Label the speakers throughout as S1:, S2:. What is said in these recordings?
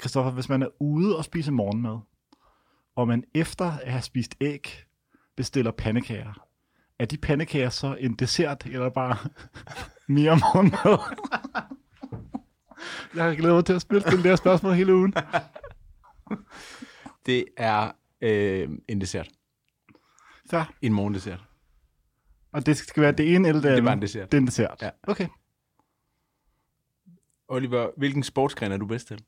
S1: Christoffer, hvis man er ude og spiser morgenmad, og man efter at have spist æg, bestiller pandekager, er de pandekager så en dessert, eller bare mere morgenmad? Jeg har glædet mig til at spille det der spørgsmål hele ugen.
S2: Det er øh, en dessert.
S1: Så,
S2: En morgendessert.
S1: og det skal være det ene eller det andet?
S2: Det var en dessert.
S1: Det er en dessert.
S2: Ja.
S1: Okay.
S2: Oliver, hvilken sportsgren er du bedst til?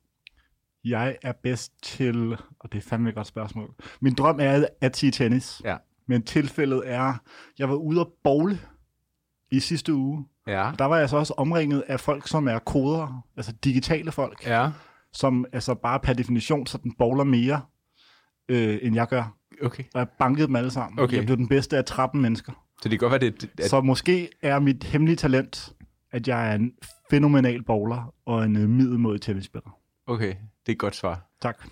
S1: Jeg er bedst til, og det er fandme et godt spørgsmål. Min drøm er at sige tennis,
S2: Ja.
S1: men tilfældet er, jeg var ude at bowle i sidste uge.
S2: Ja.
S1: Der var jeg så også omringet af folk, som er koder, altså digitale folk,
S2: Ja.
S1: som altså bare per definition sådan bowler mere, øh, end jeg gør.
S2: Okay.
S1: Og jeg bankede dem alle sammen.
S2: Okay.
S1: Jeg blev den bedste af 13 mennesker.
S2: Så det kan godt være, det, det, at,
S1: Så måske er mit hemmelige talent, at jeg er en fænomenal bowler og en øh, middelmodig tennisspiller.
S2: okay, det er et godt svar.
S1: Tak.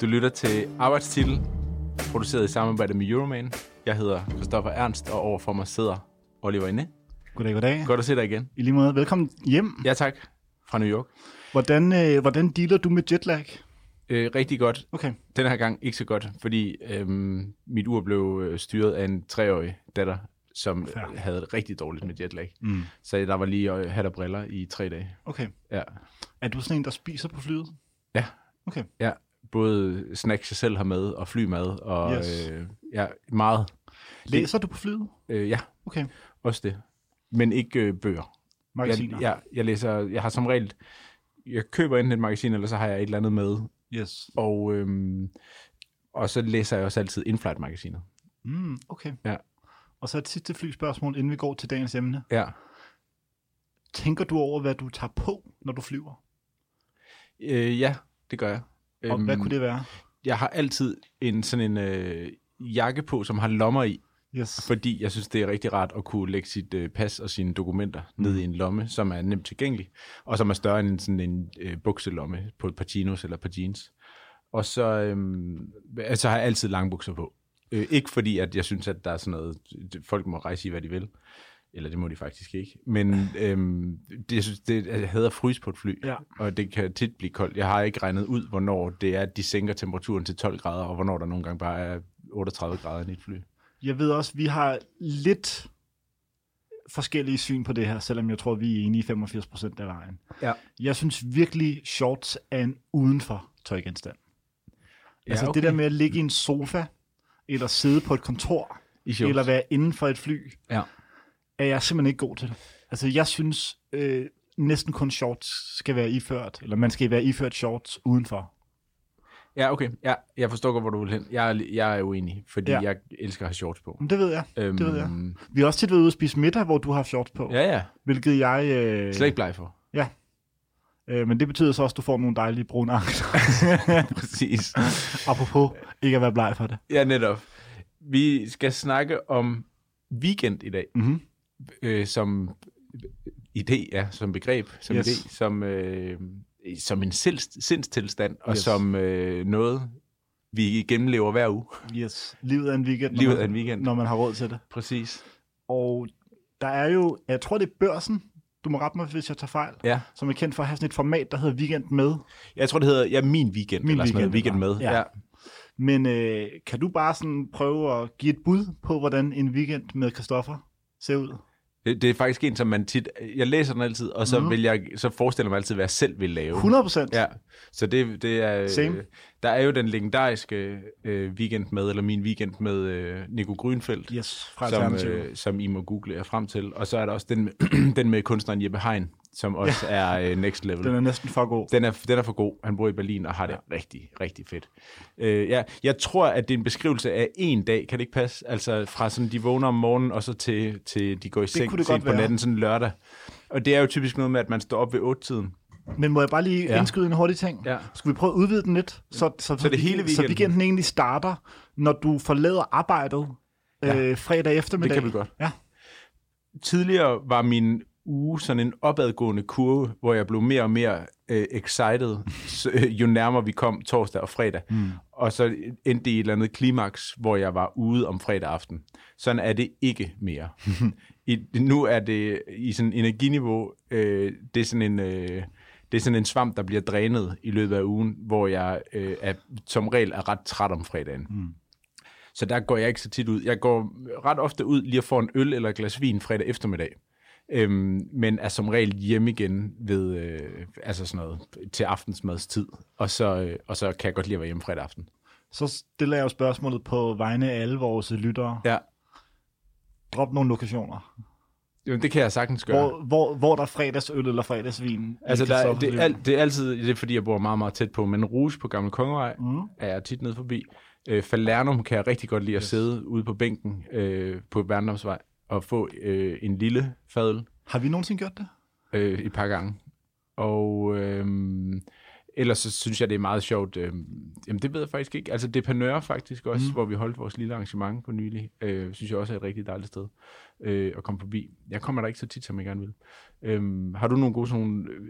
S2: Du lytter til Arbejdstitel, produceret i samarbejde med Euroman. Jeg hedder Christoffer Ernst, og overfor mig sidder Oliver Inde.
S1: Goddag, goddag.
S2: Godt at se dig igen.
S1: I lige måde. Velkommen hjem.
S2: Ja tak, fra New York.
S1: Hvordan, øh, hvordan dealer du med jetlag?
S2: Øh, rigtig godt.
S1: Okay.
S2: Den her gang ikke så godt, fordi øhm, mit ur blev øh, styret af en treårig datter, som
S1: Fair.
S2: øh, havde det rigtig dårligt med jetlag.
S1: Mm.
S2: Så der var lige øh, hat og briller i tre dage.
S1: Okay.
S2: Ja.
S1: Er du sådan en, der spiser på flyet?
S2: Ja.
S1: Okay.
S2: ja. Både snacks, jeg selv har med, og flymad, og
S1: Yes.
S2: øh, ja, meget.
S1: Læser du på flyet?
S2: Øh, ja,
S1: Okay.
S2: også det. Men ikke øh, bøger.
S1: Magasiner?
S2: Jeg, jeg, jeg læser, jeg har som regel, jeg køber enten et magasin, eller så har jeg et eller andet med.
S1: Yes.
S2: Og, øhm, og så læser jeg også altid Inflight-magasinet.
S1: Mm, okay.
S2: Ja.
S1: Og så et sidste flyspørgsmål, inden vi går til dagens emne.
S2: Ja.
S1: Tænker du over, hvad du tager på, når du flyver?
S2: Øh, ja, det gør jeg.
S1: Og øhm, hvad kunne det være?
S2: Jeg har altid en sådan en øh, jakke på, som har lommer i,
S1: Yes.
S2: fordi jeg synes, det er rigtig rart at kunne lægge sit øh, pas og sine dokumenter ned i en lomme, som er nemt tilgængelig, og som er større end sådan en øh, bukselomme på et par chinos eller et par jeans. Og så, øhm, altså, har jeg altid lange bukser på. Øh, ikke fordi, at jeg synes, at der er sådan noget, folk må rejse i, hvad de vil. Eller det må de faktisk ikke. Men øhm, det, jeg synes, det, at jeg hader at fryse på et fly,
S1: Ja.
S2: og det kan tit blive koldt. Jeg har ikke regnet ud, hvornår det er, at de sænker temperaturen til 12 grader, og hvornår der nogle gange bare er 38 grader i et fly.
S1: Jeg ved også, vi har lidt forskellige syn på det her, selvom jeg tror, vi er enige i 85 procent af vejen.
S2: Ja.
S1: Jeg synes virkelig, shorts er en udenfor tøjgenstand. Ja, altså okay. det der med at ligge i en sofa, eller sidde på et kontor,
S2: I shorts.
S1: eller være inden for et fly,
S2: Ja.
S1: er jeg simpelthen ikke god til. Altså jeg synes, øh, næsten kun shorts skal være iført, eller man skal være iført shorts udenfor.
S2: Ja, okay. Ja, jeg forstår godt, hvor du vil hen. Jeg er, jeg er uenig, fordi
S1: Ja.
S2: ja. jeg elsker at have shorts på.
S1: Men det ved jeg, øhm, det ved jeg.
S2: Øhm,
S1: Vi har også tit været ude og spise middag, hvor du har shorts på, ja.
S2: Ja, ja.
S1: hvilket jeg... Øh,
S2: Slet ikke bleg for.
S1: Ja. Øh, men det betyder så også, at du får nogle dejlige brune akter.
S2: Præcis.
S1: Apropos ikke at være bleg for det.
S2: Ja, netop. Vi skal snakke om weekend i dag,
S1: Mm-hmm.
S2: øh, som idé, ja, som begreb, som
S1: Yes.
S2: yes. idé, som, øh, som en sinds, sindstilstand, og
S1: Yes.
S2: yes. som øh, noget, vi gennemlever hver uge.
S1: Yes. Livet er en weekend, når,
S2: Livet
S1: man,
S2: er en weekend.
S1: når man har råd til det.
S2: Præcis.
S1: Og der er jo, jeg tror det er børsen, du må rette mig, hvis jeg tager fejl,
S2: Ja.
S1: som er kendt for at have sådan et format, der hedder Weekend med.
S2: Jeg tror, det hedder ja, Min Weekend,
S1: Min
S2: eller sådan noget.
S1: Weekend,
S2: Weekend
S1: eller-
S2: med.
S1: ja. Men øh, kan du bare sådan prøve at give et bud på, hvordan en weekend med Christoffer ser ud?
S2: Det, det er faktisk en, som man tit... Jeg læser den altid, og så, mm. vil jeg, så forestiller jeg mig altid, hvad jeg selv vil lave.
S1: 100 Mhm. procent?
S2: Ja, så det, det er...
S1: Same.
S2: Øh, der er jo den legendariske øh, weekend med, eller min weekend med øh, Nico Grønfeldt,
S1: Yes, fra
S2: som,
S1: Alternativet.
S2: øh, som I må google jer frem til. Og så er der også den med, den med kunstneren Jeppe Hein, som også er øh, next level.
S1: Den er næsten for god.
S2: Den er, den er for god. Han bor i Berlin og har det ja. rigtig, rigtig fedt. Øh, ja, jeg tror, at det er en beskrivelse af en dag, kan det ikke passe? Altså fra sådan, de vågner om morgenen, og så til, til de går i
S1: kunne
S2: seng
S1: det
S2: sent
S1: godt
S2: på
S1: være.
S2: natten, sådan lørdag. Og det er jo typisk noget med, at man står op ved 8-tiden.
S1: Men må jeg bare lige ja.
S2: Ja.
S1: indskyde en hurtig ting?
S2: Ja.
S1: Skal vi prøve at udvide den lidt? Så, så,
S2: det er hele
S1: Så
S2: weekenden.
S1: weekenden egentlig starter, når du forlader arbejdet ja. øh, fredag eftermiddag.
S2: Det kan vi godt.
S1: Ja.
S2: Tidligere var min uge sådan en opadgående kurve, hvor jeg blev mere og mere øh, excited, så, øh, jo nærmere vi kom torsdag og fredag. Mm. Og så endte det i et eller andet klimaks, hvor jeg var ude om fredag aften. Sådan er det ikke mere. I, nu er det i sådan energiniveau, øh, det er sådan en... Øh, det er sådan en svamp, der bliver drænet i løbet af ugen, hvor jeg øh, er, som regel er ret træt om fredagen. Mm. Så der går jeg ikke så tit ud. Jeg går ret ofte ud lige at få en øl eller et glas vin fredag eftermiddag. Øhm, men er som regel hjemme igen ved, øh, altså sådan noget, til aftensmadstid. Og så, øh, og så kan jeg godt lide at være hjemme fredag aften.
S1: Så stiller jeg jo spørgsmålet på vegne af alle vores lyttere.
S2: Ja,
S1: Drop nogle lokationer.
S2: Jamen, det kan jeg sagtens gøre.
S1: Hvor, hvor, hvor der er fredagsøl eller fredagsvin?
S2: Altså,
S1: Vi kan
S2: der,
S1: så
S2: det, er,
S1: fordele.
S2: al- det er altid, det er fordi, jeg bor meget, meget tæt på, men Rouge på Gamle Kongevej mm. er jeg tit nede forbi. Øh, Falernum kan jeg rigtig godt lide at yes. sidde ude på bænken øh, på Værndomsvej og få øh, en lille fadel
S1: Har vi nogensinde gjort det?
S2: øh, et par gange. Og øh, ellers så synes jeg, det er meget sjovt. Øh, jamen, det ved jeg faktisk ikke. Altså, det Panør faktisk også, mm. hvor vi holdt vores lille arrangement på nylig, øh, synes jeg også er et rigtig dejligt sted øh, at komme forbi. Jeg kommer der ikke så tit, som jeg gerne vil. Øh, har du nogle gode sådan nogle øh,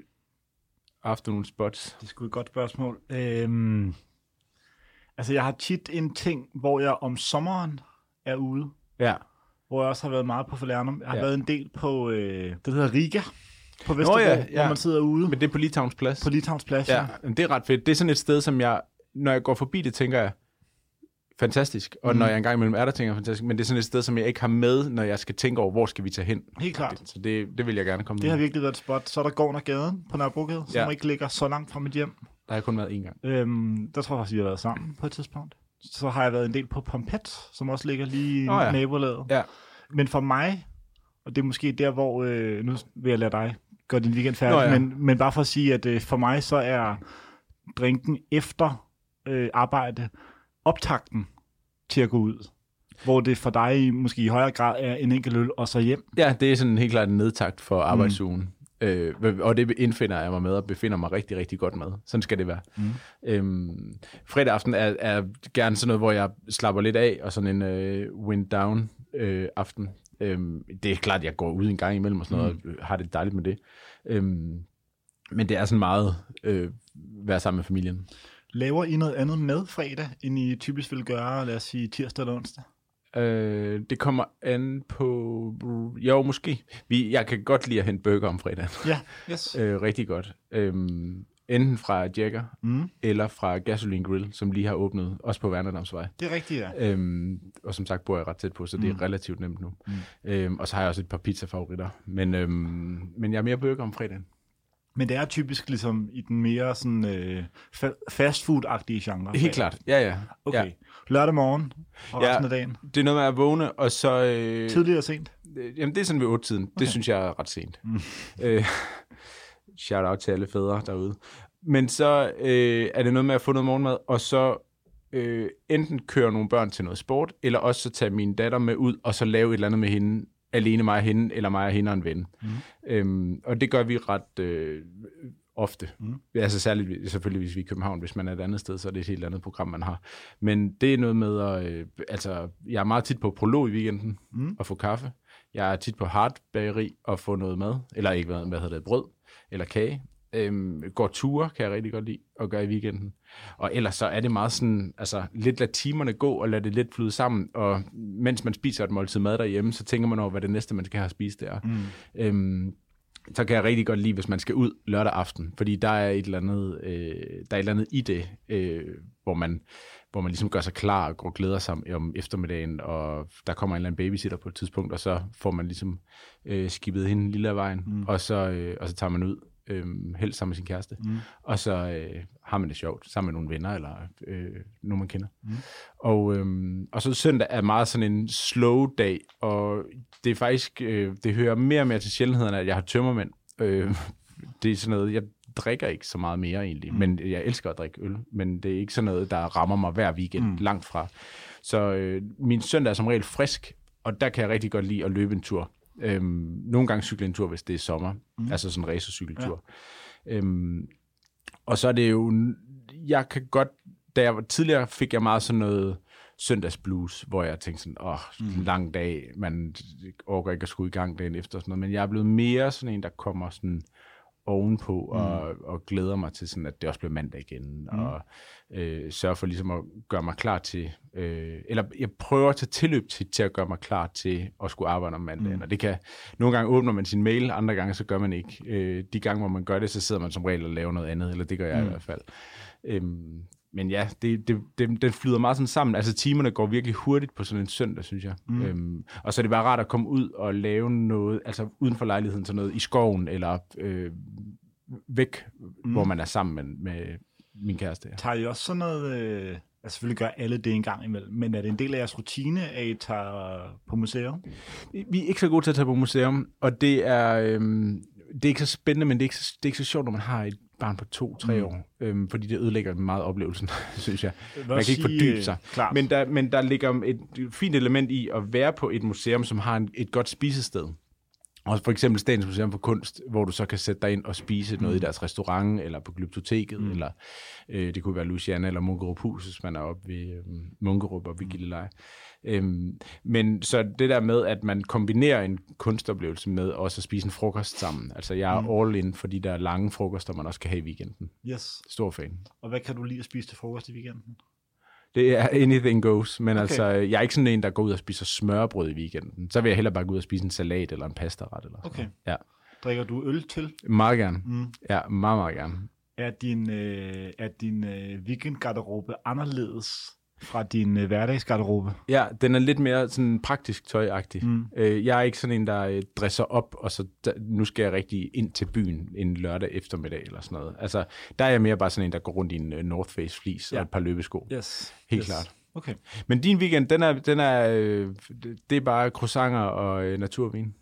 S2: afternoon spots?
S1: Det er sgu et godt spørgsmål. Øhm, altså, jeg har tit en ting, hvor jeg om sommeren er ude,
S2: Ja.
S1: hvor jeg også har været meget på Falernum. Jeg har
S2: Ja.
S1: ja. været en del på, øh, det hedder Riga, på Vesterbro,
S2: ja,
S1: ja, ja.
S2: ja.
S1: hvor man sidder ude
S2: Men det er på Litauens Plads.
S1: på Litauens Plads.
S2: Ja, men det er ret fedt. Det er sådan et sted, som jeg, når jeg går forbi det, tænker jeg, fantastisk. Og mm. når jeg engang imellem er der, tænker jeg, fantastisk. Men det er sådan et sted, som jeg ikke har med, når jeg skal tænke over, hvor skal vi tage hen.
S1: Helt klart.
S2: Så det, det vil jeg gerne komme
S1: Det har
S2: med.
S1: virkelig været et spot. Så er der gården og gaden på Nørrebrogade, som
S2: Ja.
S1: ikke ligger så langt fra mit hjem.
S2: Der har jeg kun været én gang.
S1: Øhm, der tror jeg faktisk, vi har været sammen på et tidspunkt. Så har jeg været en del på Pompet, som også ligger lige i
S2: Nå
S1: oh,
S2: ja.
S1: ja. nabolaget.
S2: Ja.
S1: Men for mig, og det er måske der, hvor... Øh, nu vil jeg lade dig gøre din weekend færdig,
S2: Nå ja.
S1: ja. men, men bare for at sige, at øh, for mig så er drinken efter øh, arbejde optakten til at gå ud. Hvor det for dig måske i højere grad er en enkelt øl og så hjem.
S2: ja, det er sådan helt klart en nedtakt for
S1: Mm.
S2: arbejdsugen. Øh, og det indfinder jeg mig med og befinder mig rigtig, rigtig godt med. Sådan skal det være. Mm. Øhm, fredag aften er, er gerne sådan noget, hvor jeg slapper lidt af, og sådan en øh, wind-down øh, aften. Øhm, det er klart, jeg går ud en gang imellem og sådan noget,
S1: Mm.
S2: og har det dejligt med det. Øhm, men det er sådan meget øh, være sammen med familien.
S1: Laver I noget andet med fredag, end I typisk vil gøre, lad os sige, tirsdag eller onsdag?
S2: Øh, det kommer an på... Jo, måske. Vi, jeg kan godt lide at hente burger om fredagen.
S1: Ja, yes.
S2: Øh, rigtig godt. Øhm, enten fra Jagger, mm. eller fra Gasoline Grill, som lige har åbnet, også på Værnedamsvej.
S1: Det er rigtigt, ja.
S2: Øhm, og som sagt bor jeg ret tæt på, så det er relativt nemt nu. Mm. Øhm, og så har jeg også et par pizzafavoritter. Men, øhm, men jeg er mere burger om fredagen.
S1: Men det er typisk ligesom i den mere sådan øh, fa- fastfood-agtige genre.
S2: Helt klart. Ja, ja.
S1: Okay.
S2: Ja.
S1: Ja. Lørdag morgen og
S2: Ja.
S1: resten af dagen.
S2: Det er noget med at vågne, og så... Øh,
S1: Tidligere sent.
S2: Øh, Jamen, det er sådan ved 8-tiden. Okay. Det synes jeg er ret sent. Mm. Øh, shout out til alle fædre derude. Men så øh, er det noget med at få noget morgenmad, og så øh, enten køre nogle børn til noget sport, eller også så tage min datter med ud, og så lave et eller andet med hende, alene mig og hende, eller mig og hende og en ven. Mm. Øhm, og det gør vi ret øh, ofte. Mm. Altså særligt, selvfølgelig hvis vi er i København, hvis man er et andet sted, så er det et helt andet program, man har. Men det er noget med at, øh, altså jeg er meget tit på prolog i weekenden, mm. og få kaffe. Jeg er tit på hard bageri og få noget mad, eller ikke hvad, hvad hedder det, brød eller kage. Øhm, går ture, kan jeg rigtig godt lide at gøre i weekenden. Og ellers så er det meget sådan, altså lidt lad timerne gå og lad det lidt flyde sammen. Og mens man spiser et måltid mad derhjemme, så tænker man over, hvad det næste, man skal have at spise, det er. Mm. Øhm, så kan jeg rigtig godt lide, hvis man skal ud lørdag aften, fordi der er et eller andet, øh, der er et eller andet i det, øh, hvor, man, hvor man ligesom gør sig klar og går og glæder sig om, om eftermiddagen, og der kommer en eller anden babysitter på et tidspunkt, og så får man ligesom øh, skibet hende lille af vejen, mm. og, så, øh, og så tager man ud, øh, helst sammen med sin kæreste, mm. og så øh, har man det sjovt sammen med nogle venner, eller øh, nogen man kender. Mm. Og, øhm, og så søndag er meget sådan en slow dag, og det er faktisk, øh, det hører mere og mere til sjældenhederne, at jeg har tømmermænd. Øh, det er sådan noget, jeg drikker ikke så meget mere egentlig, mm. men jeg elsker at drikke øl, men det er ikke sådan noget, der rammer mig hver weekend, mm. langt fra. Så øh, min søndag er som regel frisk, og der kan jeg rigtig godt lide at løbe en tur. Øhm, nogle gange cykle en tur, hvis det er sommer, mm. altså sådan en racercykeltur. Ja. Øhm, og så er det jo, jeg kan godt, da jeg var tidligere, fik jeg meget sådan noget søndagsblues, hvor jeg tænkte sådan, åh, oh, lang dag, man overgår ikke at skulle i gang dagen efter og sådan noget, men jeg er blevet mere sådan en, der kommer sådan ovenpå og, og glæder mig til sådan, at det også bliver mandag igen, mm. og øh, sørger for ligesom at gøre mig klar til, øh, eller jeg prøver at tage tilløb til, til at gøre mig klar til at skulle arbejde om mandagen, mm. og det kan, nogle gange åbner man sin mail, andre gange så gør man ikke. Øh, de gange, hvor man gør det, så sidder man som regel og laver noget andet, eller det gør jeg mm. i hvert fald. Øhm, men ja, det, det, det, den flyder meget sådan sammen. Altså timerne går virkelig hurtigt på sådan en søndag, synes jeg. Mm. Øhm, og så er det bare rart at komme ud og lave noget, altså uden for lejligheden, sådan noget i skoven eller øh, væk, mm. hvor man er sammen med, med min kæreste. Ja.
S1: Tager I også sådan noget... Øh, altså selvfølgelig gør alle det en gang imellem, men er det en del af jeres rutine, at I tager på museum?
S2: Vi er ikke så gode til at tage på museum, og det er, øhm, det er ikke så spændende, men det er ikke så, det er ikke så sjovt, når man har et barn på to-tre mm. år, øhm, fordi det ødelægger meget oplevelsen, synes jeg.
S1: Hvad
S2: Man kan ikke
S1: sige,
S2: fordybe sig.
S1: øh, klart.
S2: Men, der, men der ligger et fint element i at være på et museum, som har en, et godt spisested. Og for eksempel Statens Museum for Kunst, hvor du så kan sætte dig ind og spise noget i deres restaurant, eller på Glyptoteket, mm. eller øh, det kunne være Luciana eller Munkerup Hus, hvis man er oppe ved øh, Munkerup og ved Gilleleje. Øhm, men så det der med, at man kombinerer en kunstoplevelse med også at spise en frokost sammen. Altså jeg er all in for de der lange frokoster, man også kan have i weekenden.
S1: Yes.
S2: Stor fan.
S1: Og hvad kan du lide at spise til frokost i weekenden?
S2: Det er anything goes, men okay. altså, jeg er ikke sådan en, der går ud og spiser smørbrød i weekenden. Så vil jeg hellere bare gå ud og spise en salat eller en pastaret. Eller sådan
S1: Okay.
S2: noget.
S1: Drikker du øl til?
S2: Ja, meget gerne. Mm. Ja, meget, meget gerne.
S1: Er din, øh, er din øh, weekendgarderobe anderledes fra din øh, hverdagsgarderobe?
S2: Ja, den er lidt mere sådan praktisk tøjagtig. Mm. Øh, jeg er ikke sådan en, der øh, dresser op, og så da, nu skal jeg rigtig ind til byen en lørdag eftermiddag eller sådan noget. Altså, der er jeg mere bare sådan en, der går rundt i en øh, North Face fleece ja. og et par løbesko.
S1: Yes.
S2: Helt klart.
S1: Okay.
S2: Men din weekend, den er, den er, øh, det er bare croissanter og øh, naturvin.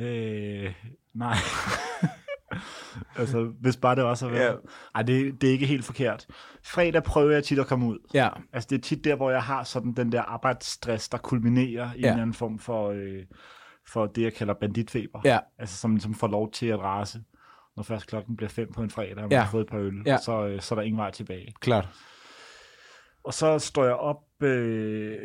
S1: Øh, nej. altså, hvis bare det også har været. Ja. Ej, det, det er ikke helt forkert. Fredag prøver jeg tit at komme ud.
S2: Ja,
S1: Altså, det er tit der, hvor jeg har sådan den der arbejdsstress, der kulminerer i ja.
S2: Ja.
S1: en eller anden form for, øh, for det, jeg kalder banditfeber.
S2: Ja.
S1: Altså, som, som får lov til at rase. Når først klokken bliver fem på en fredag, og man
S2: Ja.
S1: har fået et par øl,
S2: Ja.
S1: så, øh, så er der ingen vej tilbage.
S2: klart.
S1: Og så står jeg op, øh,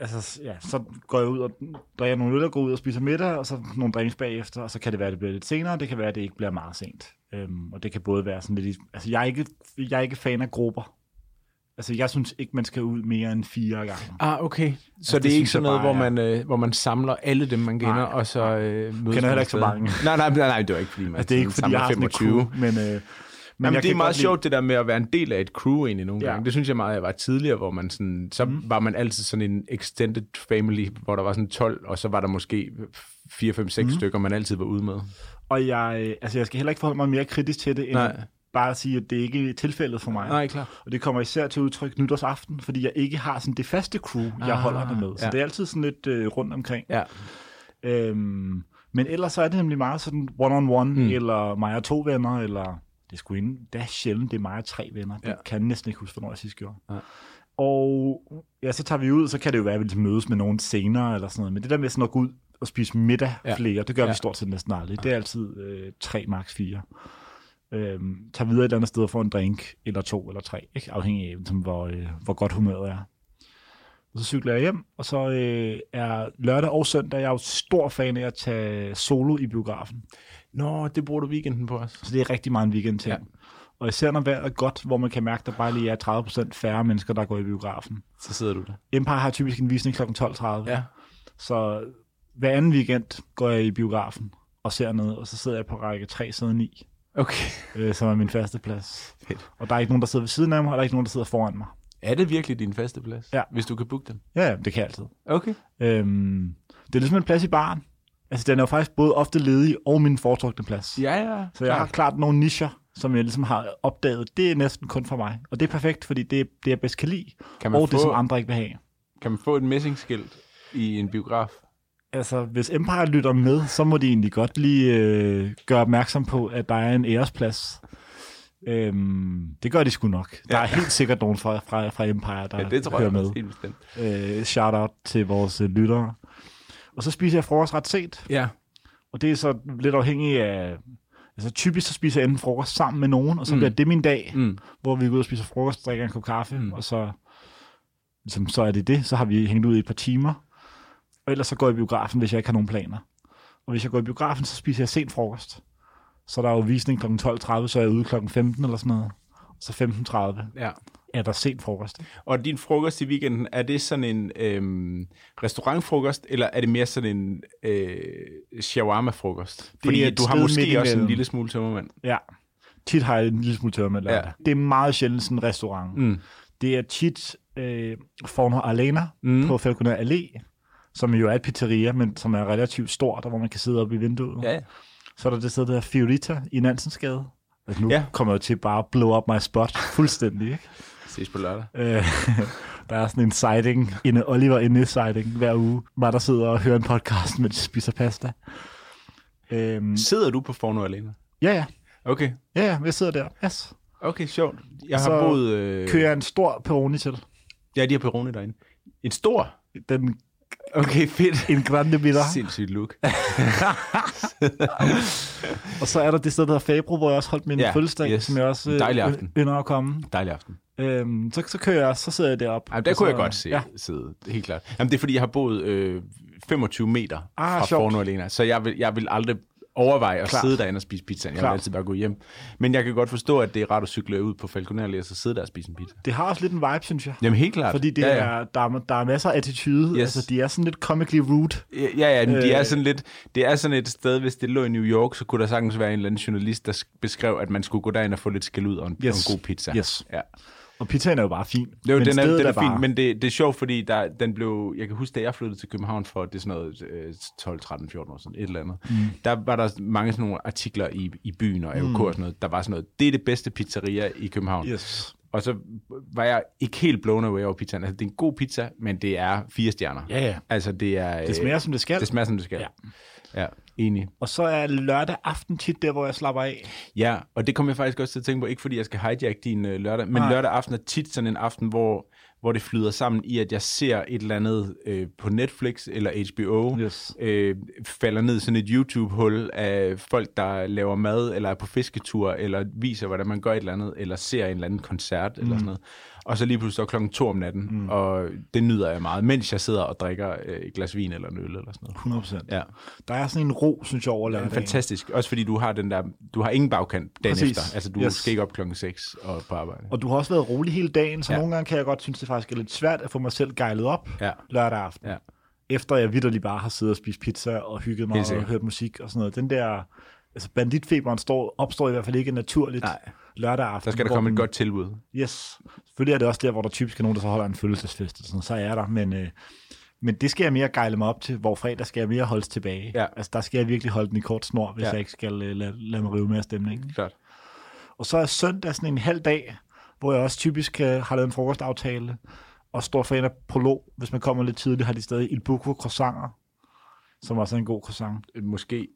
S1: altså ja, så går jeg ud og drikker nogle øl og går ud og spiser middag, og så nogle drinks bagefter, og så kan det være, at det bliver lidt senere, det kan være, at det ikke bliver meget sent. Øhm, og det kan både være sådan lidt, i- altså jeg er, ikke, jeg er ikke fan af grupper. Altså jeg synes ikke, man skal ud mere end fire gange.
S2: Ah, okay. Så altså,
S1: det
S2: det, det er ikke
S1: synes
S2: sådan
S1: jeg
S2: noget,
S1: bare,
S2: hvor, man, øh, hvor man samler alle dem, man kender,
S1: Nej,
S2: og så øh, mødes
S1: heller ikke
S2: man
S1: så
S2: et sted?
S1: mange.
S2: Nej, nej, nej, nej, det var ikke, fordi man
S1: Altså det er ikke,
S2: sådan
S1: fordi jeg har sådan et crew, men, øh, men
S2: Jamen,
S1: jeg
S2: det er
S1: kan
S2: meget
S1: godt lide-
S2: sjovt, det der med at være en del af et crew egentlig nogle
S1: Ja. Mhm.
S2: ja. gange. Det synes jeg meget, jeg var tidligere, hvor man sådan, så mm. var man altid sådan en extended family, hvor der var sådan 12, og så var der måske 4, 5,
S1: Mhm.
S2: 6 mm. stykker, man altid var ude med.
S1: Og jeg, øh, altså jeg skal heller ikke forholde mig mere kritisk til det, end
S2: Nej.
S1: bare at sige, at det ikke er tilfældet for mig.
S2: Nej, klart.
S1: Og det kommer især til udtryk nytårsaften, fordi jeg ikke har sådan det faste crew, jeg
S2: Ah,
S1: holder det med. Så
S2: ja.
S1: det er altid sådan lidt øh, rundt omkring.
S2: Ja,
S1: Øhm, men ellers så er det nemlig meget sådan one-on-one, mm. eller mig og to venner, eller det skulle ind, det er sjældent, det er mig og tre venner. Det
S2: Ja.
S1: kan jeg næsten ikke huske, hvornår jeg sidst gjorde.
S2: Ja.
S1: Og ja, så tager vi ud, så kan det jo være, at vi ligesom mødes med nogen senere, eller sådan noget. Men det der med sådan at gå ud og spise middag
S2: Ja.
S1: flere, det gør ja. vi
S2: Ja.
S1: stort set næsten aldrig. Det er altid øh, tre, max fire. Øhm, tager videre et eller andet sted og får en drink, eller to, eller tre, ikke? afhængig af, som, hvor, øh, hvor godt humøret er. Og så cykler jeg hjem, og så øh, er lørdag og søndag, jeg er jo stor fan af at tage solo i biografen.
S2: Nå, det bruger du weekenden på os.
S1: Så det er rigtig meget en weekendting. Ja.
S2: Ja.
S1: Og især når vejret er godt, hvor man kan mærke, at der bare lige er 30% færre mennesker, der går i biografen.
S2: Så sidder du der.
S1: Empire har typisk en visning kl. 12.30, ja.
S2: Ja.
S1: så hver anden weekend går jeg i biografen og ser noget, og så sidder jeg på række 3, side 9,
S2: Okay.
S1: øh, som er min faste plads.
S2: Fedt.
S1: Og der er ikke nogen, der sidder ved siden af mig, og der er ikke nogen, der sidder foran mig.
S2: Er det virkelig din faste plads?
S1: Ja.
S2: Hvis du kan booke den?
S1: Ja, ja, det kan jeg altid.
S2: Okay.
S1: Øhm, det er ligesom en plads i baren. Altså, den er jo faktisk både ofte ledig og min foretrukne plads.
S2: Ja, ja.
S1: Så jeg har klart nogle nicher, som jeg ligesom har opdaget. Det er næsten kun for mig. Og det er perfekt, fordi det er det, jeg bedst kan lide.
S2: Kan
S1: og
S2: man,
S1: det, som
S2: få,
S1: andre ikke vil have.
S2: kan man få et messingskilt i en biograf?
S1: Altså, hvis Empire lytter med, så må de egentlig godt lige øh, gøre opmærksom på, at der er en æresplads. Øhm, det gør de sgu nok. Der er helt sikkert nogen fra, fra, fra Empire, der
S2: Ja, det tror
S1: hører
S2: jeg
S1: med.
S2: også helt bestemt.
S1: Øh, shout out til vores øh, lyttere. Og så spiser jeg frokost ret sent.
S2: Ja.
S1: Og det er så lidt afhængigt af... Altså typisk så spiser jeg enten frokost sammen med nogen, og så mm. bliver det min dag,
S2: Mm.
S1: hvor vi går ud og spiser frokost, drikker en kop kaffe, mm. og så ligesom, så er det det, så har vi hængt ud i et par timer. Og ellers så går jeg i biografen, hvis jeg ikke har nogen planer. Og hvis jeg går i biografen, så spiser jeg sent frokost. Så der er jo visning kl. 12.30, så er jeg ude kl. 15 eller sådan noget. Så 15.30
S2: Ja.
S1: er der sent frokost.
S2: Og din frokost i weekenden, er det sådan en øhm, restaurantfrokost, eller er det mere sådan en øh, shawarma-frokost? Fordi
S1: er
S2: det
S1: et
S2: du har
S1: sted
S2: måske
S1: midt
S2: også
S1: imellem.
S2: en lille smule tømmermand.
S1: Ja. Tit har jeg en lille smule tørmel.
S2: Ja.
S1: Ja. Det er meget sjældent sådan en restaurant.
S2: Mm.
S1: Det er tit øh, Forno Alena mm. på Falconer Allé, som jo er et pizzeria, men som er relativt stort, og hvor man kan sidde oppe i vinduet.
S2: Ja,
S1: Så er der det sted, der hedder Fiorita i Nansensgade. Altså nu
S2: Ja.
S1: ja. kommer jeg jo til bare at blow up my spot fuldstændig. Ikke?
S2: ses på lørdag.
S1: Øh, der er sådan en sighting, en Oliver Inde sighting hver uge, hvor der sidder og hører en podcast, mens de spiser pasta. Øhm,
S2: Sidder du på Forno alene?
S1: ja, ja.
S2: Okay,
S1: Ja, ja, jeg sidder der. Yes.
S2: okay, sjovt. Jeg har
S1: Så
S2: boet... Øh,
S1: Kører jeg en stor pepperoni til.
S2: Ja, de har Peroni derinde. En stor?
S1: Den,
S2: Okay, fedt.
S1: en grande bitter.
S2: Sindssygt look.
S1: Og så er der det sted, der hedder Fabro, hvor jeg også holdt min
S2: Ja,
S1: ja, fødselsdag,
S2: yes.
S1: yes. som jeg også
S2: En
S1: øh,
S2: dejlig aften.
S1: ynder at komme.
S2: Dejlig aften.
S1: Øhm, så, så kører jeg, så sidder jeg deroppe.
S2: Jamen, der
S1: Og
S2: kunne
S1: så,
S2: jeg godt se, ja.
S1: Ja,
S2: sidde, helt klart. Jamen, det er fordi, jeg har boet øh, 25 meter
S1: Ah,
S2: fra
S1: sjovt.
S2: Forno alene, så jeg vil, jeg vil aldrig overveje at
S1: Klart.
S2: sidde derinde og spise pizza. Jeg vil
S1: Klart.
S2: altid bare gå hjem. Men jeg kan godt forstå, at det er rart at cykle ud på Falconer og så sidde der og spise en pizza.
S1: det har også lidt en vibe, synes jeg.
S2: Jamen, helt klart.
S1: Fordi det
S2: ja,
S1: ja,
S2: ja.
S1: Er, der, er, der er masser af attitude.
S2: Yes.
S1: Yes. Altså, de er sådan lidt comically rude.
S2: Ja, ja, men de er
S1: Øh.
S2: sådan lidt, det er sådan et sted, hvis det lå i New York, så kunne der sagtens være en eller anden journalist, der sk- beskrev, at man skulle gå derind og få lidt skæld ud og en,
S1: Yes.
S2: og en god pizza.
S1: Yes.
S2: Ja.
S1: Og pizzaen er jo bare fin.
S2: Jo,
S1: Men
S2: den er,
S1: stedet
S2: den er
S1: bare-
S2: fin, men det, det er sjovt, fordi der, den blev, jeg kan huske, da jeg flyttede til København for, det er sådan noget øh, 12, 13, 14 år siden, et eller andet, mm. der var der mange sådan nogle artikler i, i byen og AUK mm. og sådan noget, der var sådan noget, det er det bedste pizzeria i København.
S1: Yes.
S2: Og så var jeg ikke helt blown away over pizzaen. Altså, det er en god pizza, men det er fire stjerner.
S1: Ja, ja.
S2: Altså, det er... øh,
S1: Det smager, som det skal.
S2: det smager, som det skal. Ja.
S1: Ja.
S2: ja, enig.
S1: Og så er lørdag aften tit der, hvor jeg slapper af.
S2: Ja, og det kom jeg faktisk også til at tænke på, ikke fordi jeg skal hijack din øh, lørdag, men
S1: Nej.
S2: lørdag aften er tit sådan en aften, hvor, hvor det flyder sammen i, at jeg ser et eller andet øh, på Netflix eller HBO,
S1: Yes.
S2: øh, falder ned i sådan et YouTube-hul af folk, der laver mad, eller er på fisketur, eller viser, hvordan man gør et eller andet, eller ser en eller anden koncert, mm. eller sådan noget. Og så lige pludselig så er klokken to om natten, mm. og det nyder jeg meget, mens jeg sidder og drikker øh, et glas vin eller en øl, eller sådan noget.
S1: 100 procent.
S2: Ja.
S1: Der er sådan en ro, synes jeg, over lørdagen.
S2: Fantastisk. Også fordi du har den der, du har ingen bagkant dagen Præcis.
S1: Præcis.
S2: efter. Altså, du yes.
S1: Yes.
S2: skal ikke op klokken 6 og på arbejde.
S1: Og du har også været rolig hele dagen, så
S2: Ja.
S1: ja. nogle gange kan jeg godt synes, det faktisk er lidt svært at få mig selv gejlet op
S2: Ja.
S1: lørdag aften.
S2: Ja.
S1: Efter jeg vidderlig bare har siddet og spist pizza og hygget mig
S2: Helt
S1: og
S2: sikkert.
S1: hørt musik og sådan noget. Den der, altså banditfeberen står, opstår i hvert fald ikke naturligt
S2: Nej.
S1: lørdag aften.
S2: Der skal der
S1: hvor
S2: komme
S1: den-
S2: et godt tilbud.
S1: Yes. Selvfølgelig er det også der, hvor der typisk er nogen, der så holder en følelsesfest og sådan noget. Så er jeg der, men, øh, men det skal jeg mere gejle mig op til, hvor fredag skal jeg mere holdes tilbage.
S2: Ja.
S1: Altså der skal jeg virkelig holde den i kort snor, hvis
S2: Ja.
S1: ja. jeg ikke skal øh, lade, lade mig rive med af stemningen.
S2: Klart.
S1: Og så er søndag sådan en halv dag, hvor jeg også typisk øh, har lavet en frokostaftale, og står fan af prolog. Hvis man kommer lidt tidligt, har de stadig Il Buco croissanter, som også er en god croissant.
S2: Måske.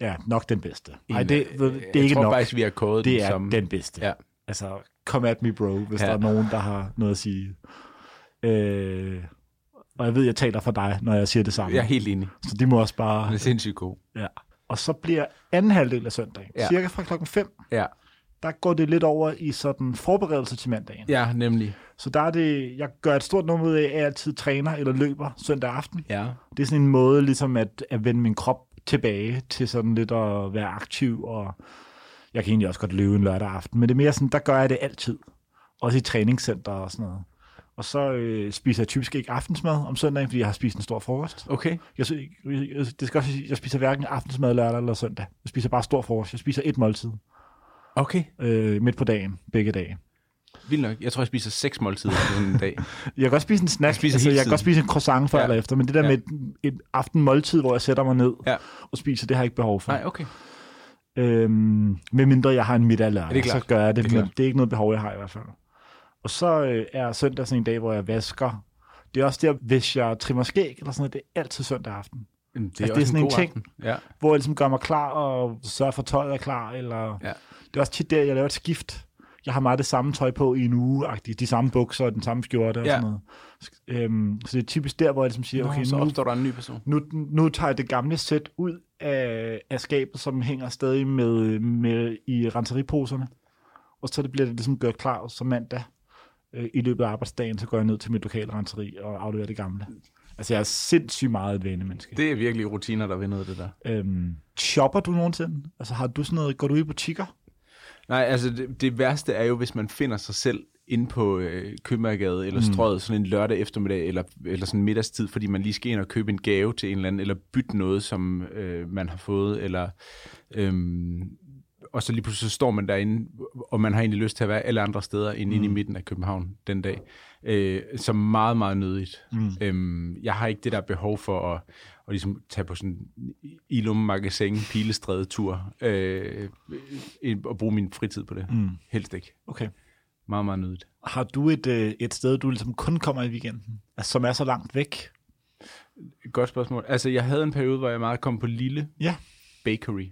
S1: Ja, nok den bedste. Nej,
S2: en- øh,
S1: det, ved- det
S2: jeg
S1: er ikke
S2: tror
S1: nok.
S2: faktisk, vi har kodet
S1: det
S2: den
S1: er
S2: som...
S1: den bedste.
S2: Ja.
S1: Altså, come at me, bro, hvis
S2: Ja.
S1: der er nogen, der har noget at sige. Øh, og jeg ved, jeg taler for dig, når jeg siger det samme.
S2: Jeg er helt enig.
S1: Så de må også
S2: Den
S1: bare...
S2: er sindssygt god.
S1: Ja. Og så bliver anden halvdel af søndagen,
S2: Ja.
S1: ja. cirka fra klokken 5,
S2: Ja,
S1: der går det lidt over i sådan forberedelse til mandagen.
S2: ja nemlig.
S1: Så der er det, jeg gør et stort nummer ud af, at jeg altid træner eller løber søndag aften.
S2: Ja.
S1: Det er sådan en måde ligesom at, at vende min krop tilbage til sådan lidt at være aktiv, og jeg kan egentlig også godt løbe en lørdag aften, men det er mere sådan, der gør jeg det altid. Også i træningscenter og sådan noget. Og så øh, spiser jeg typisk ikke aftensmad om søndagen, fordi jeg har spist en stor frokost.
S2: Okay.
S1: Jeg, sy- jeg, jeg, det skal også, sige, jeg spiser hverken aftensmad lørdag eller søndag. Jeg spiser bare stor frokost. Jeg spiser et måltid
S2: Okay.
S1: øh, midt på dagen, begge dage.
S2: Vildt nok. Jeg tror, jeg spiser seks måltider på sådan en dag.
S1: Jeg kan godt spise en snack, jeg,
S2: spiser
S1: altså,
S2: hele
S1: jeg
S2: tiden.
S1: kan godt spise en croissant før
S2: Ja.
S1: ja. eller efter, men det der
S2: Ja.
S1: ja. med et, et aftenmåltid, hvor jeg sætter mig ned
S2: Ja.
S1: og spiser, det har jeg ikke behov for.
S2: Nej, okay.
S1: Øhm, med mindre jeg har en middag
S2: det er
S1: lørdag,
S2: klart.
S1: så gør jeg det,
S2: Det
S1: det
S2: er
S1: men
S2: klart.
S1: det er ikke noget behov, jeg har i hvert fald. Og så øh, er søndag sådan en dag, hvor jeg vasker. Det er også der, hvis jeg trimmer skæg eller sådan noget, det er altid søndag aften.
S2: Jamen, Det
S1: Altså, det er sådan en
S2: god
S1: ting.
S2: aften. Ja.
S1: Hvor jeg ligesom gør mig klar og sørger for tøjet er klar, eller...
S2: Ja.
S1: Det er også tit der, jeg laver et skift. Jeg har meget det samme tøj på i en uge, -agtigt. de samme bukser og den samme skjorte og
S2: Ja.
S1: sådan noget. Øhm, så det er typisk der, hvor jeg ligesom siger,
S2: Nå,
S1: okay,
S2: så
S1: nu
S2: opstår der en ny person.
S1: nu, nu tager jeg det gamle sæt ud af, af skabet, som hænger stadig med, med i renseriposerne. Og så det bliver det ligesom gjort klar som mandag. øh, i løbet af arbejdsdagen, så går jeg ned til mit lokale renseri og afleverer det gamle. Altså, jeg er sindssygt meget et vanemenneske.
S2: Det er virkelig rutiner, der vil noget, det der.
S1: Øhm, shopper du nogensinde? Altså, har du sådan noget, går du i butikker?
S2: Nej, altså det, det værste er jo, hvis man finder sig selv inde på øh, Købmagergade eller Strøget sådan en lørdag eftermiddag eller, eller sådan middagstid, fordi man lige skal ind og købe en gave til en eller anden, eller bytte noget, som øh, man har fået, eller... Øhm, og så lige pludselig så står man derinde, og man har egentlig lyst til at være alle andre steder end mm. inde i midten af København den dag. Øh, så meget, meget nødigt. Mm. Øhm, jeg har ikke det der behov for at, at ligesom tage på sådan en Ilum Magasin pilestrædetur øh, øh, og bruge min fritid på det. Mm. Helst ikke.
S1: Okay.
S2: Meget, meget nødigt.
S1: Har du et, øh, et sted, du ligesom kun kommer i weekenden? Altså, som er så langt væk?
S2: Godt spørgsmål. Altså, jeg havde en periode, hvor jeg meget kom på Lille
S1: Ja.
S2: Bakery